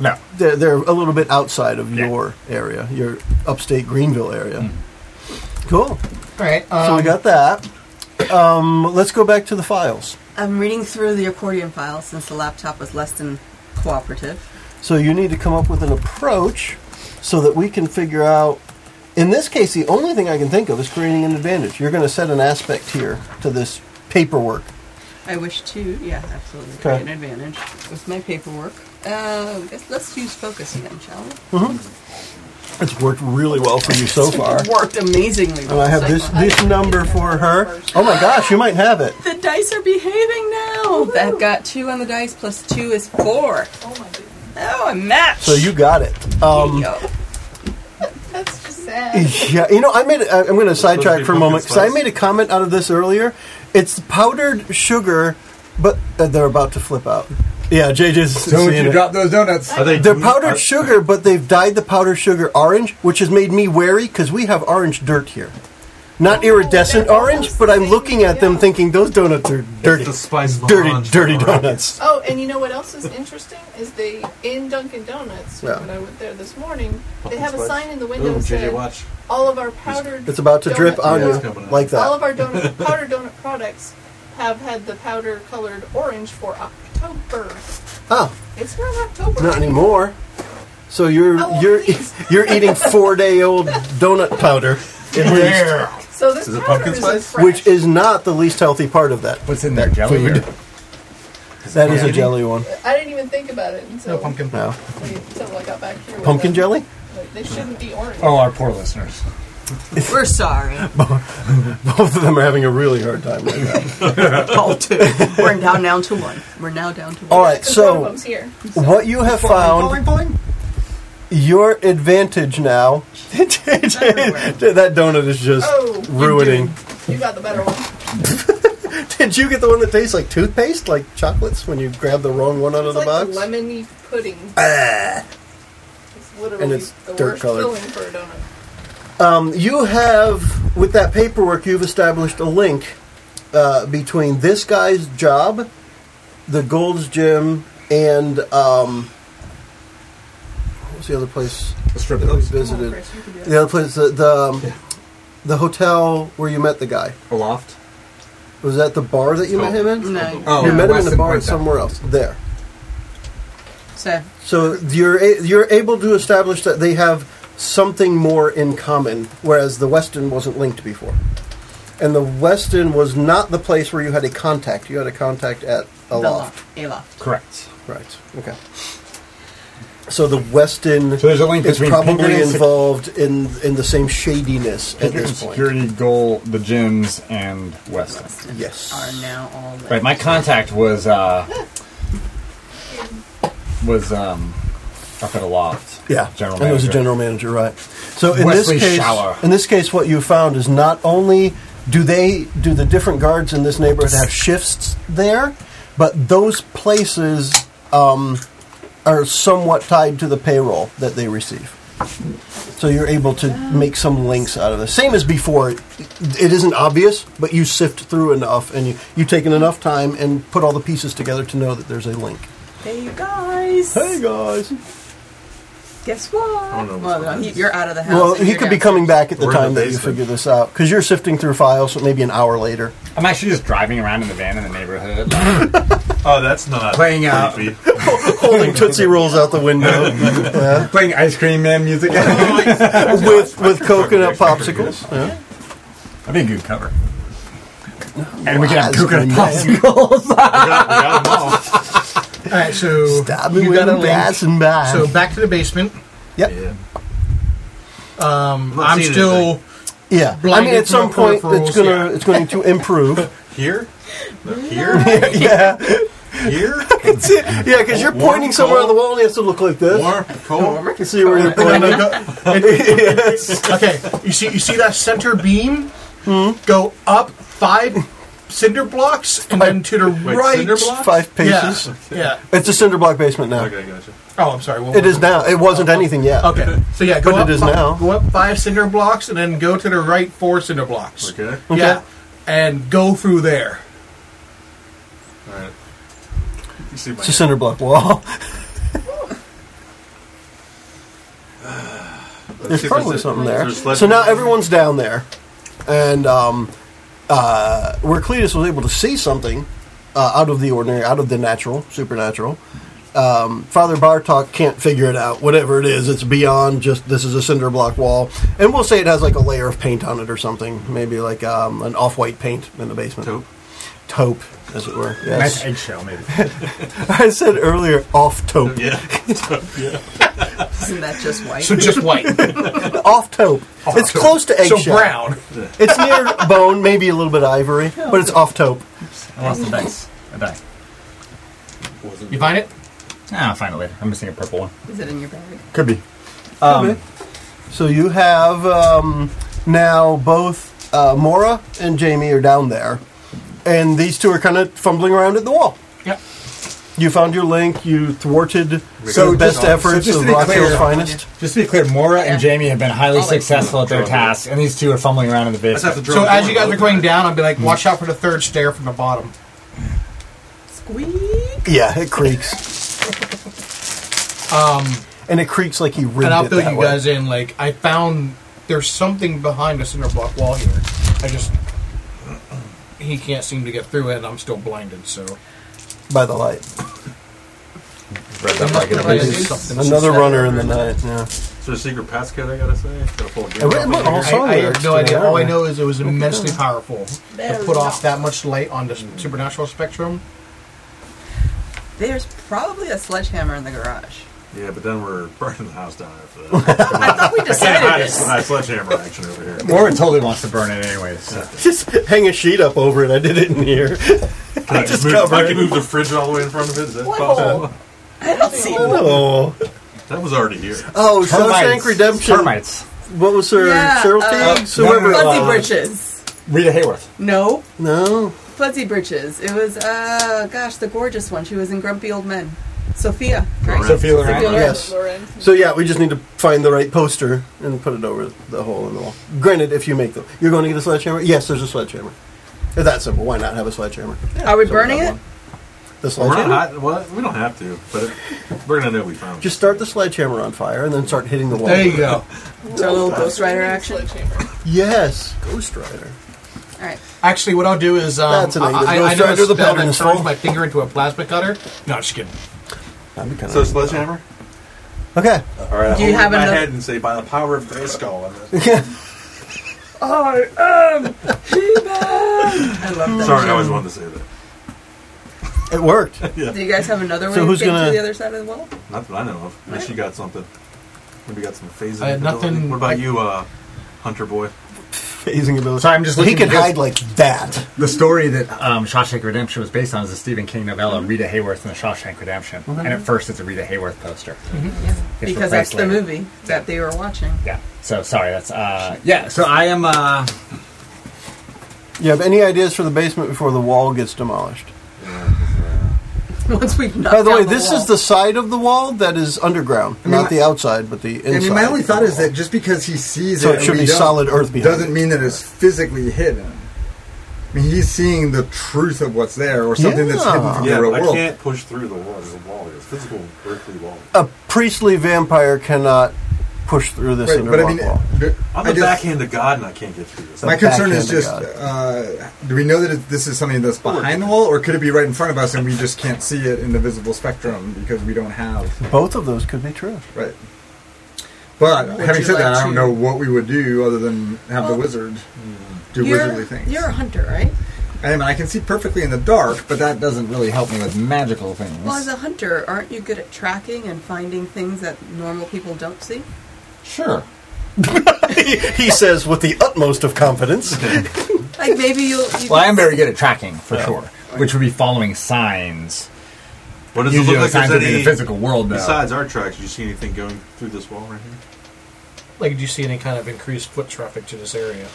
S4: no.
S2: They're, they're a little bit outside of
S4: Yeah.
S2: your area, your upstate Greenville area. Cool.
S6: All right, um,
S2: So we got that. Um, let's go back to the files.
S5: I'm reading through the accordion file since the laptop was less than cooperative.
S2: So you need to come up with an approach so that we can figure out. In this case, the only thing I can think of is creating an advantage. You're going to set an aspect here to this paperwork.
S5: I wish to, yeah, absolutely,
S2: Okay.
S5: okay. an advantage with my paperwork. Uh, let's- let's use focus again, shall we?
S2: It's worked really well for you so far.
S5: It worked amazingly well.
S2: And I have this this number for her. Oh my gosh, you might have it.
S5: The dice are behaving now. That got two on the dice plus two is four.
S7: Oh my goodness.
S5: Oh, a match.
S2: So you got it. Um,
S5: There you go.
S7: That's just sad.
S2: yeah, you know, I made. A, I'm going to sidetrack
S8: be
S2: for a moment because I
S8: pumpkin spice.
S2: made a comment out of this earlier. It's powdered sugar, but uh, they're about to flip out. Yeah, JJ's
S4: Don't
S2: seeing
S4: you
S2: it.
S4: drop those donuts.
S8: Are they
S2: They're
S8: gluten-
S2: powdered
S8: are-
S2: sugar, but they've dyed the powdered sugar orange, which has made me wary because we have orange dirt here. Not iridescent
S7: they're
S2: orange,
S7: almost
S2: but I'm
S7: the
S2: looking at them
S7: yeah.
S2: thinking those donuts are dirty.
S8: the spice of the
S2: dirty,
S8: orange
S2: dirty
S8: flavor.
S2: donuts.
S7: Oh, and you know what else is interesting is they in Dunkin' Donuts
S2: Yeah.
S7: when I went there this morning, they
S8: Pumpkin
S7: have a
S8: spice.
S7: sign in the window
S8: Ooh,
S7: that
S8: JJ,
S7: said
S8: watch.
S7: all of our powdered.
S2: It's about to drip
S7: donut-
S2: on
S8: Yeah, it's
S2: you
S8: coming out.
S2: like that.
S7: All of our donut powdered donut products have had the powder colored orange for October.
S2: Oh,
S7: It's not October.
S2: not anymore. So you're
S7: Oh,
S2: you're
S7: please.
S2: you're eating four day old donut powder, at least,
S7: So this
S8: Is it
S7: powder
S8: pumpkin
S7: is
S8: spice?
S7: fresh.
S2: which is not the least healthy part of that.
S4: What's in there? Jelly.
S2: food.
S4: or-
S2: That is a
S8: pumpkin?
S2: jelly one.
S7: I didn't even think about it until
S6: no pumpkin.
S2: No,
S7: wait, until I got back here. with
S2: pumpkin
S7: them.
S2: jelly.
S7: Like, They shouldn't be orange.
S4: Oh, our poor listeners.
S5: We're sorry.
S2: Both of them are having a really hard time right now.
S5: All two. We're now down to one. We're now down to one.
S2: All right,
S7: Because one of
S2: so
S7: them's here.
S2: What you have found, your advantage now.
S5: everywhere.
S2: that donut is just
S7: Oh, you
S2: ruining.
S7: You got the better one.
S2: Did you get the one that tastes like toothpaste, like chocolates, when you grab the wrong one out of
S7: It's
S2: the
S7: like
S2: box?
S7: lemony pudding. It's literally
S2: Ah. And it's
S7: the
S2: dirt
S7: worst
S2: colored.
S7: filling for a donut.
S2: Um, you have, with that paperwork, you've established a link uh, between this guy's job, the Gold's Gym, and um, what was the other place
S4: The strip
S2: that we
S4: clubs.
S7: Come on,
S2: visited?
S7: Chris, you can do it.
S2: The other place, the the, um, the hotel where you met the guy.
S4: Aloft.
S2: Was that the bar that you met him in?
S5: No.
S4: Oh,
S2: you
S4: yeah,
S2: met him in
S4: Weston
S2: the bar
S4: Point, that.
S2: somewhere else. There.
S5: So,
S2: So you're a- you're able to establish that they have something more in common, whereas the Weston wasn't linked before, and the Weston was not the place where you had a contact. You had a contact at a
S5: the
S2: loft,
S5: loft. A loft.
S4: Correct.
S2: right? Okay. So the Weston
S4: So there's a link
S2: is
S4: between
S2: probably
S4: Pinkerton and Sec-
S2: involved in in the same shadiness at this point.
S4: Security goal, the gyms, and Weston.
S2: Yes.
S5: Are now all
S4: Right. My contact was uh, was um, up at Aloft.
S2: Yeah,
S4: General
S2: and it was a
S4: manager.
S2: general manager, right? So in
S4: Wesley
S2: this case,
S4: Shower.
S2: in this case, what you found is not only do they do the different guards in this neighborhood have shifts there, but those places um, are somewhat tied to the payroll that they receive. So you're able to make some links out of this. Same as before, it it isn't obvious, but you sift through enough and you, you've taken enough time and put all the pieces together to know that there's a link.
S5: Hey, you guys.
S2: Hey guys!
S5: Guess what?
S8: don't know what's
S5: well,
S8: behind
S5: he-
S8: this.
S5: you're out of the house.
S2: Well,
S5: and
S2: he
S5: you're
S2: could be
S5: downstairs.
S2: coming back at the
S8: We're in
S2: time
S8: the
S2: that you
S8: basement.
S2: figure this out because you're sifting through files, so maybe an hour later.
S4: I'm actually just driving around in the van in the neighborhood, like,
S8: Oh, that's not
S4: Playing out.
S8: creepy. Oh,
S2: Holding Tootsie Rolls out the window
S4: playing Ice Cream Man music. I
S2: with with coconut popsicles. Yeah.
S4: think you cover. And we can have
S2: Ice
S4: coconut
S2: cream man.
S4: popsicles.
S6: All right, so
S2: Stop me
S6: you
S2: when
S6: got a
S2: I'm
S6: link.
S2: passing by.
S6: So back to the basement.
S2: yep.
S8: Yeah.
S6: Um,
S8: not
S6: I'm
S8: seeing
S6: still.
S8: anything.
S2: Yeah, I mean,
S6: Blinded
S2: at some
S6: from
S2: point,
S6: peripherals,
S2: it's gonna
S6: yeah.
S2: it's going to improve.
S8: Here? No, here?
S2: yeah,
S8: Here?
S2: yeah, because you're
S8: Warm,
S2: pointing somewhere on
S8: cold.
S2: the wall, and you have to look like this.
S8: Warm? Cold?
S2: I can see where you're pointing. yes.
S6: Okay, you see, you see that center beam
S2: Hmm?
S6: go up five cinder blocks and then to the
S8: Wait,
S6: right.
S8: cinder blocks?
S2: Five
S6: Yeah,
S2: paces.
S6: yeah.
S2: It's a cinder block basement now.
S8: Okay, gotcha.
S6: Oh, I'm sorry. What
S2: It
S6: was
S2: is now. It wasn't anything yet.
S6: Okay, so yeah, go
S2: But it
S6: up
S2: is
S6: fi-
S2: now.
S6: Go up five cinder blocks and then go to the right four cinder blocks.
S8: Okay.
S6: Yeah, and go through there.
S8: Alright. You see my
S2: It's a cinder block wall.
S8: Let's
S2: There's
S8: see if
S2: probably
S8: a-
S2: something there.
S8: there's less-
S2: So now everyone's down there, and um, uh, where Cletus was able to see something uh, out of the ordinary, out of the natural, supernatural. Um, Father Bartok can't figure it out. Whatever it is, it's beyond just this is a cinder block wall, and we'll say it has like a layer of paint on it or something, maybe like um, an off-white paint in the basement.
S8: Taupe.
S2: Taupe, as it were. Yes,
S4: Nice eggshell, maybe.
S2: I said earlier off taupe,
S8: Yeah.
S5: Isn't that just white?
S6: So just white.
S2: off taupe. It's close to
S6: so
S2: eggshell.
S6: brown.
S2: It's near bone, maybe a little bit ivory, but it's off taupe.
S4: I lost the dice. A die.
S8: Wasn't-
S6: You find it?
S4: Ah, I'll find it later. I'm missing a purple one.
S5: Is it in your bag?
S4: Could be.
S2: Okay. Um, so you have um, now both uh, Mora and Jamie are down there, and these two are kind of fumbling around at the wall.
S6: Yep.
S2: You found your link. You thwarted
S4: So
S2: the best
S4: just- so
S2: efforts
S4: just to
S2: of
S4: be
S2: Rock
S4: clear-
S2: Hill's finest.
S4: Just to be clear, Mora and Jamie have been highly
S5: I'll, like,
S4: successful at their tasks, and these two are fumbling around in the
S8: Let's have to
S4: basement.
S8: draw
S6: So
S8: the
S6: as
S8: door
S6: you guys
S8: and
S6: are
S8: open
S6: going
S8: it.
S6: down, I'll be like,
S2: Hmm.
S6: watch out for the third stair from the bottom.
S5: Squeak.
S2: Yeah, it creaks. Um, and it creaks like he rigged
S6: and I'll
S2: it
S6: fill
S2: that
S6: you
S2: way.
S6: guys in. Like I found there's something behind the cinder block wall here. I just he can't seem to get through it. and I'm still blinded, so
S2: by the light.
S4: Rubbed up like in the
S6: Like,
S4: basement.
S6: there's something
S2: Another
S6: suspect.
S2: runner in the night. Yeah.
S8: Is there a secret passcode I gotta say? Gotta pull a game
S2: And we-
S8: off
S2: look,
S8: of here.
S2: also-
S6: I, I have no
S2: Sorry,
S6: idea. All I
S2: yeah.
S6: know is it was immensely powerful to
S5: Very
S6: put off
S5: well.
S6: that much light on the supernatural spectrum.
S5: There's probably a sledgehammer in the garage.
S8: Yeah, but then we're burning the house down after that.
S5: I thought we
S8: Can't hide
S5: decided
S8: a
S5: this.
S8: hide a sledgehammer action over here.
S4: Mora totally wants to burn it anyway. So.
S2: Just hang a sheet up over it. I did it in here.
S8: Can I,
S2: just
S8: move,
S2: covered.
S8: I can move the fridge all the way in front of it. Is that possible?
S5: I don't see one.
S2: Oh,
S8: That was already here.
S2: oh, Shawshank
S4: Termites.
S2: Redemption.
S4: Termites.
S2: What was her
S5: Yeah,
S2: Cheryl
S5: uh,
S2: Teague? Whoever it
S4: no, no,
S5: Fuzzy
S2: was.
S5: britches.
S2: Uh,
S4: Rita Hayworth.
S5: No,
S2: No,
S5: fuzzy britches. It was, uh, gosh, the gorgeous one. She was in Grumpy Old Men. Sophia. Right?
S8: Lorenz.
S4: Sophia Loren.
S5: Sophia Loren.
S2: Yes.
S7: Loren.
S2: So yeah, we just need to find the right poster and put it over the hole in the wall. Granted, if you make them, you're going to get a sledgehammer. Yes, there's a sledgehammer. It's that simple. Why not have a sledgehammer?
S5: Are we
S2: So
S5: burning
S2: got
S5: it?
S2: one. The
S8: We're not
S2: sledgehammer.
S8: hot. Well, we don't have to, but it, we're gonna know we found.
S2: just start the sledgehammer on fire and then start hitting the wall.
S6: There you go.
S5: Is there a little Ghost Rider action?
S7: Sledgehammer.
S2: Yes, Ghost Rider.
S5: All right.
S6: Actually, what I'll do is um,
S2: That's an
S6: I,
S2: angle.
S6: I,
S2: Go
S6: I, I
S2: straight through
S6: noticed
S2: the
S6: that I
S2: pattern is
S6: turned
S2: full.
S6: my finger into a plasma cutter. No, just kidding.
S2: That'd be
S8: it.
S2: kind
S8: So
S2: of
S8: sledgehammer.
S2: okay.
S8: All right. I'll
S5: Do you
S8: hold
S5: have
S8: my
S5: another-
S8: head and say, by the power of Grayskull. I'm-
S5: I am He-Man. I love that.
S8: Sorry, I always wanted to say that.
S2: It worked.
S5: Do you guys have another way
S2: So
S5: to
S2: who's
S5: get
S2: gonna-
S5: to the other side of the wall?
S8: Not that I know of. Unless you got something. Maybe got some phasing.
S6: I had
S8: ability.
S6: nothing-
S8: What about you, uh, Hunter boy?
S2: Phasing ability.
S4: So I'm just
S2: he
S4: looking
S2: could
S4: because-
S2: hide like that.
S4: The story that um, Shawshank Redemption was based on is a Stephen King novella, Rita Hayworth and the Shawshank Redemption. And at first, it's a Rita Hayworth poster.
S5: Mm-hmm.
S4: Gets
S5: Because
S4: replaced
S5: that's the
S4: later.
S5: movie that they were watching.
S4: Yeah. So sorry. That's uh. Yeah. So I am. uh
S2: You have any ideas for the basement before the wall gets demolished?
S5: Once we've knocked
S2: By the
S5: down
S2: way, this
S5: wall.
S2: is the side of the wall that is underground,
S3: I mean,
S2: not the outside, but the inside.
S3: I mean, my only thought is that just because he sees
S2: So
S3: it,
S2: it should
S3: and we
S2: be
S3: don't,
S2: solid earth behind
S3: doesn't
S2: it.
S3: mean that it's physically hidden. I mean, he's seeing the truth of what's there, or something that's hidden from
S8: Yeah,
S3: the real
S8: I
S3: world.
S8: can't push through the wall. There's a wall. There's a physical, earthly wall.
S2: a priestly vampire cannot push through this
S3: Right, but I
S2: interlock
S3: mean, but
S2: wall.
S8: I'm
S3: I
S8: the
S3: just-
S8: backhand of God, and I can't get through this.
S3: My
S2: The
S3: concern
S2: backhand
S3: is
S2: of
S3: just:
S2: God.
S3: uh, do we know that it, this is something that's behind the wall, or could it be right in front of us and we just can't see it in the visible spectrum because we don't have
S2: Both of those could be true.
S3: right? But
S5: Would
S3: having
S5: you
S3: said that,
S5: like
S3: I don't
S5: to-
S3: know what we would do other than have the
S5: Well,
S3: wizard do
S5: you're,
S3: wizardly things.
S5: you're a hunter, right?
S3: I mean, I can see perfectly in the dark, but that doesn't really help me with magical things.
S5: Well, as a hunter, aren't you good at tracking and finding things that normal people don't see?
S4: Sure.
S2: he, he says with the utmost of confidence.
S5: Like maybe you'll. You
S4: Well,
S5: can
S4: I'm very good at tracking for sure, which would be following signs.
S8: What does it
S4: Usually, those
S8: look like?
S4: signs would
S8: There's
S4: be in the
S8: any,
S4: physical world, though.
S8: besides our tracks, do you see anything going through this wall right here?
S6: Like, do you see any kind of increased foot traffic to this area?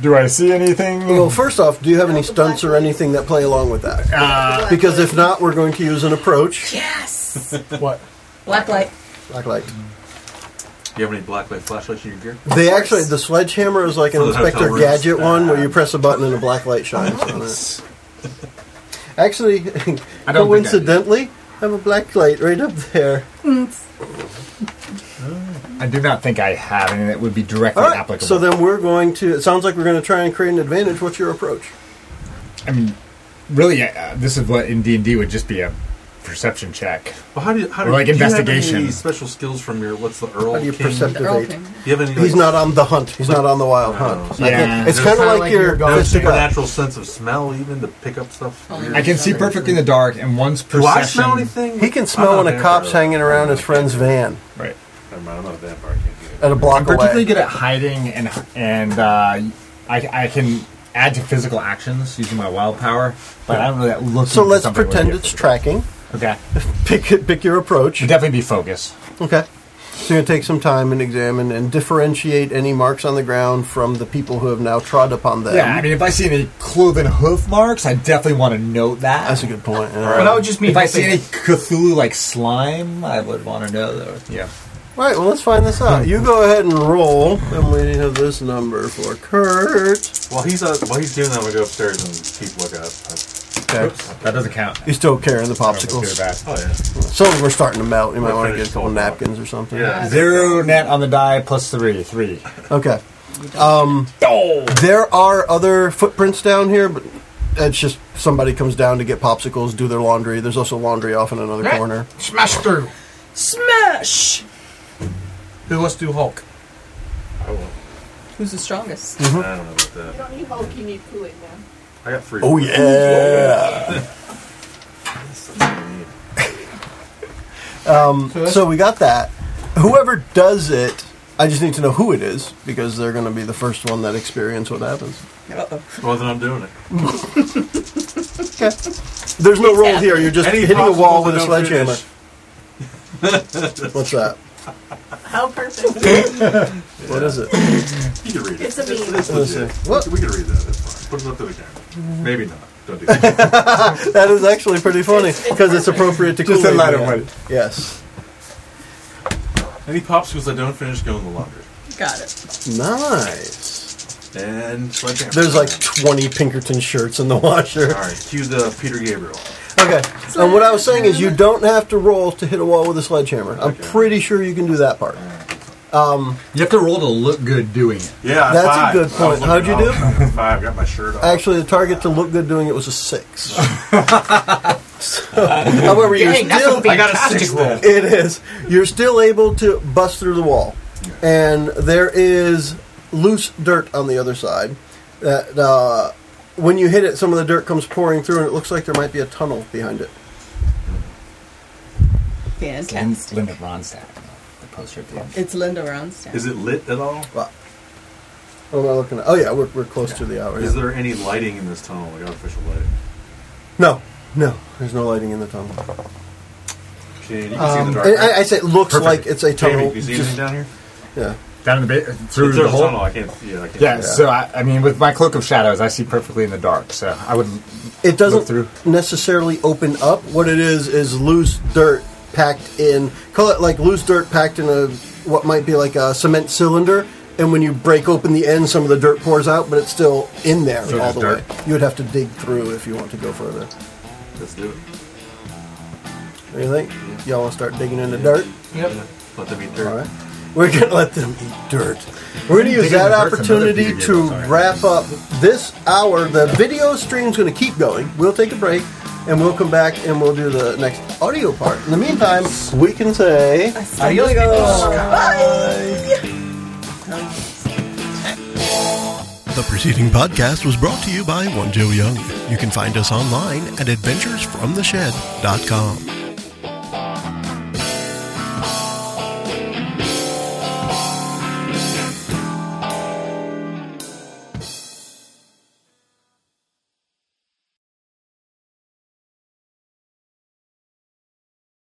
S4: Do I see anything?
S2: well, first off, do you have any stunts or anything that play along with that?
S4: Uh,
S2: Because if not, we're going to use an approach.
S5: Yes.
S6: What?
S5: Blacklight.
S2: Blacklight.
S8: Do you have any black light flashlights in your gear?
S2: They actually, the sledgehammer is like an
S8: For the hotel
S2: Inspector
S8: rooms.
S2: Gadget one where you press a button and a black light shines on it. Actually,
S4: I do.
S2: coincidentally, I have a black light right up there.
S4: I do not think I have any that would be directly
S2: All right.
S4: applicable.
S2: So then we're going to. It sounds like we're going to try and create an advantage. What's your approach?
S4: I mean, really, uh, this is what in D and D would just be a perception check.
S8: Well, how do you, how
S4: Or
S8: do,
S4: like
S8: do you have
S4: investigation.
S8: any special skills from your what's the Earl?
S2: How do you
S8: King?
S2: perceptive?
S8: Do
S5: The Earl King.
S8: you have any?
S2: He's
S8: like,
S2: not on the hunt. He's not on the wild hunt.
S8: Yeah.
S2: Yeah, it's
S8: There's
S2: kind of
S6: kinda
S2: like,
S6: like
S2: your
S6: your
S8: No
S6: Just
S8: supernatural sense of smell, even to pick up stuff.
S5: Oh,
S8: Weird.
S4: I can see perfectly in the dark, and one's
S8: Do
S4: perception.
S8: I smell anything?
S2: He can
S8: I'm
S2: smell
S8: not
S2: when a
S8: vampire.
S2: cop's hanging around his friend's van
S4: Right.
S8: Never mind, I'm not a vampire. I can't do it.
S2: at a
S4: I'm
S2: block
S4: particularly
S2: away.
S4: good at hiding, and and uh, I, I can add to physical actions using my wild power, but I don't know that looks.
S2: So let's pretend it's tracking.
S4: Okay,
S2: Pick pick your approach.
S4: should definitely be focus.
S2: Okay. So you're going to take some time and examine and differentiate any marks on the ground from the people who have now trod upon them.
S4: Yeah, I mean, if I see any cloven hoof marks, I definitely want to note that.
S2: That's a good point. yeah.
S6: But I would just mean
S4: if I see any Cthulhu-like slime, I would want to know. Though. Yeah.
S2: All right, well, let's find this out. You go ahead and roll. I'm waiting of this number for Kurt.
S8: While he's uh, while he's doing that, I'm gonna go upstairs and keep looking up.
S2: Okay.
S4: That doesn't count.
S2: He's still carrying the
S4: Let's
S2: popsicles.
S4: do that.
S8: Oh yeah.
S2: Some of them are starting to melt. You might
S8: We're
S2: want to get
S8: finished
S2: a couple
S8: talking about
S2: napkins or something.
S8: Yeah.
S4: Zero net on the die plus three, three.
S2: Okay. Um, There are other footprints down here, but it's just somebody comes down to get popsicles, do their laundry. There's also laundry off in another corner.
S6: Smash through.
S5: Smash.
S6: Who wants to do Hulk?
S8: I, won't,
S5: Who's the strongest?
S4: Mm-hmm.
S8: I don't know about
S7: You
S8: that.
S7: don't need Hulk, you need Kool Aid Man.
S8: I got three.
S2: Oh, yeah.
S6: So
S2: So we got that. Whoever does it, I just need to know who it is because they're going to be the first one that experience what happens.
S5: Uh-oh.
S8: Well, then I'm doing it.
S2: Okay. There's no roll here. You're just
S8: Any
S2: hitting a wall
S8: popsicles
S2: with a
S8: that
S2: sledgehammer.
S8: don't finish?
S2: What's that?
S7: How perfect.
S2: What is it?
S8: You can read it.
S7: It's a meme.
S8: It's legit.
S2: Listen,
S8: We
S2: what-
S8: can- We can read that. That's fine. Put it up to the camera. Maybe not. Don't do that.
S2: That is actually pretty funny because it's appropriate to
S3: Just
S2: Kool-Aid
S3: a lighter
S2: Man.
S3: one.
S2: Yes.
S8: Any popsicles I don't finish go in the laundry.
S5: Got it.
S2: Nice.
S8: And sledgehammer.
S2: There's like 20 Pinkerton shirts in the washer.
S8: All right, cue the Peter Gabriel.
S2: Okay. And what I was saying is you don't have to roll to hit a wall with a sledgehammer. I'm
S8: Okay.
S2: pretty sure you can do that part.
S4: You have to roll to look good doing it.
S8: Yeah,
S2: That's a
S8: five.
S2: good
S8: I was
S2: point. How'd you
S8: looking up. Five. Got my shirt off.
S2: Actually, the target to look good doing it was a six. so, however, you're still
S8: I got a six roll.
S2: it is you're still able to bust through the wall, and there is loose dirt on the other side. That uh, when you hit it, some of the dirt comes pouring through, and it looks like there might be a tunnel behind it.
S5: Fantastic.
S4: Linda Ronstadt, the poster at the end.
S5: It's Linda Ronstadt.
S8: Is it lit at all?
S2: Wow. What am I looking at? Oh yeah, we're, we're close to the hour.
S8: Is
S2: yeah.
S8: there any lighting in this tunnel, like artificial lighting?
S2: No, no, there's no lighting in the tunnel.
S8: Shane, you can see
S6: Um,
S8: the dark.
S2: And I, I say it looks
S8: Perfect.
S2: like it's a
S8: Jamie,
S2: tunnel.
S8: can you see
S2: just-
S8: anything down here?
S2: yeah.
S4: Down in the ba- through
S8: It's a
S4: the hole.
S8: tunnel. I can't. Yeah, I can't.
S4: Yeah, so I, I mean, with my cloak of shadows, I see perfectly in the dark. So I would
S2: It
S4: look through.
S2: doesn't necessarily open up. What it is is loose dirt packed in. Call it like loose dirt packed in a what might be like a cement cylinder. And when you break open the end, some of the dirt pours out, but it's still in there all
S4: there's
S2: the
S4: dirt.
S2: way. You would have to dig through if you want to go further.
S8: Let's do it.
S2: What do you think? Y'all want to start digging into dirt?
S6: Yep.
S8: Let them eat
S2: All
S8: dirt.
S2: right. We're going to let them eat dirt. We're going to use
S4: Digging
S2: that
S4: into dirt's another
S2: opportunity
S4: video
S2: to
S4: game, sorry.
S2: wrap up this hour. The video stream's going to keep going. We'll take a break and we'll come back and we'll do the next audio part. In the meantime, we can say.
S6: Adios, people.
S1: The preceding podcast was brought to you by One Joe Young. You can find us online at adventuresfromtheshed.com.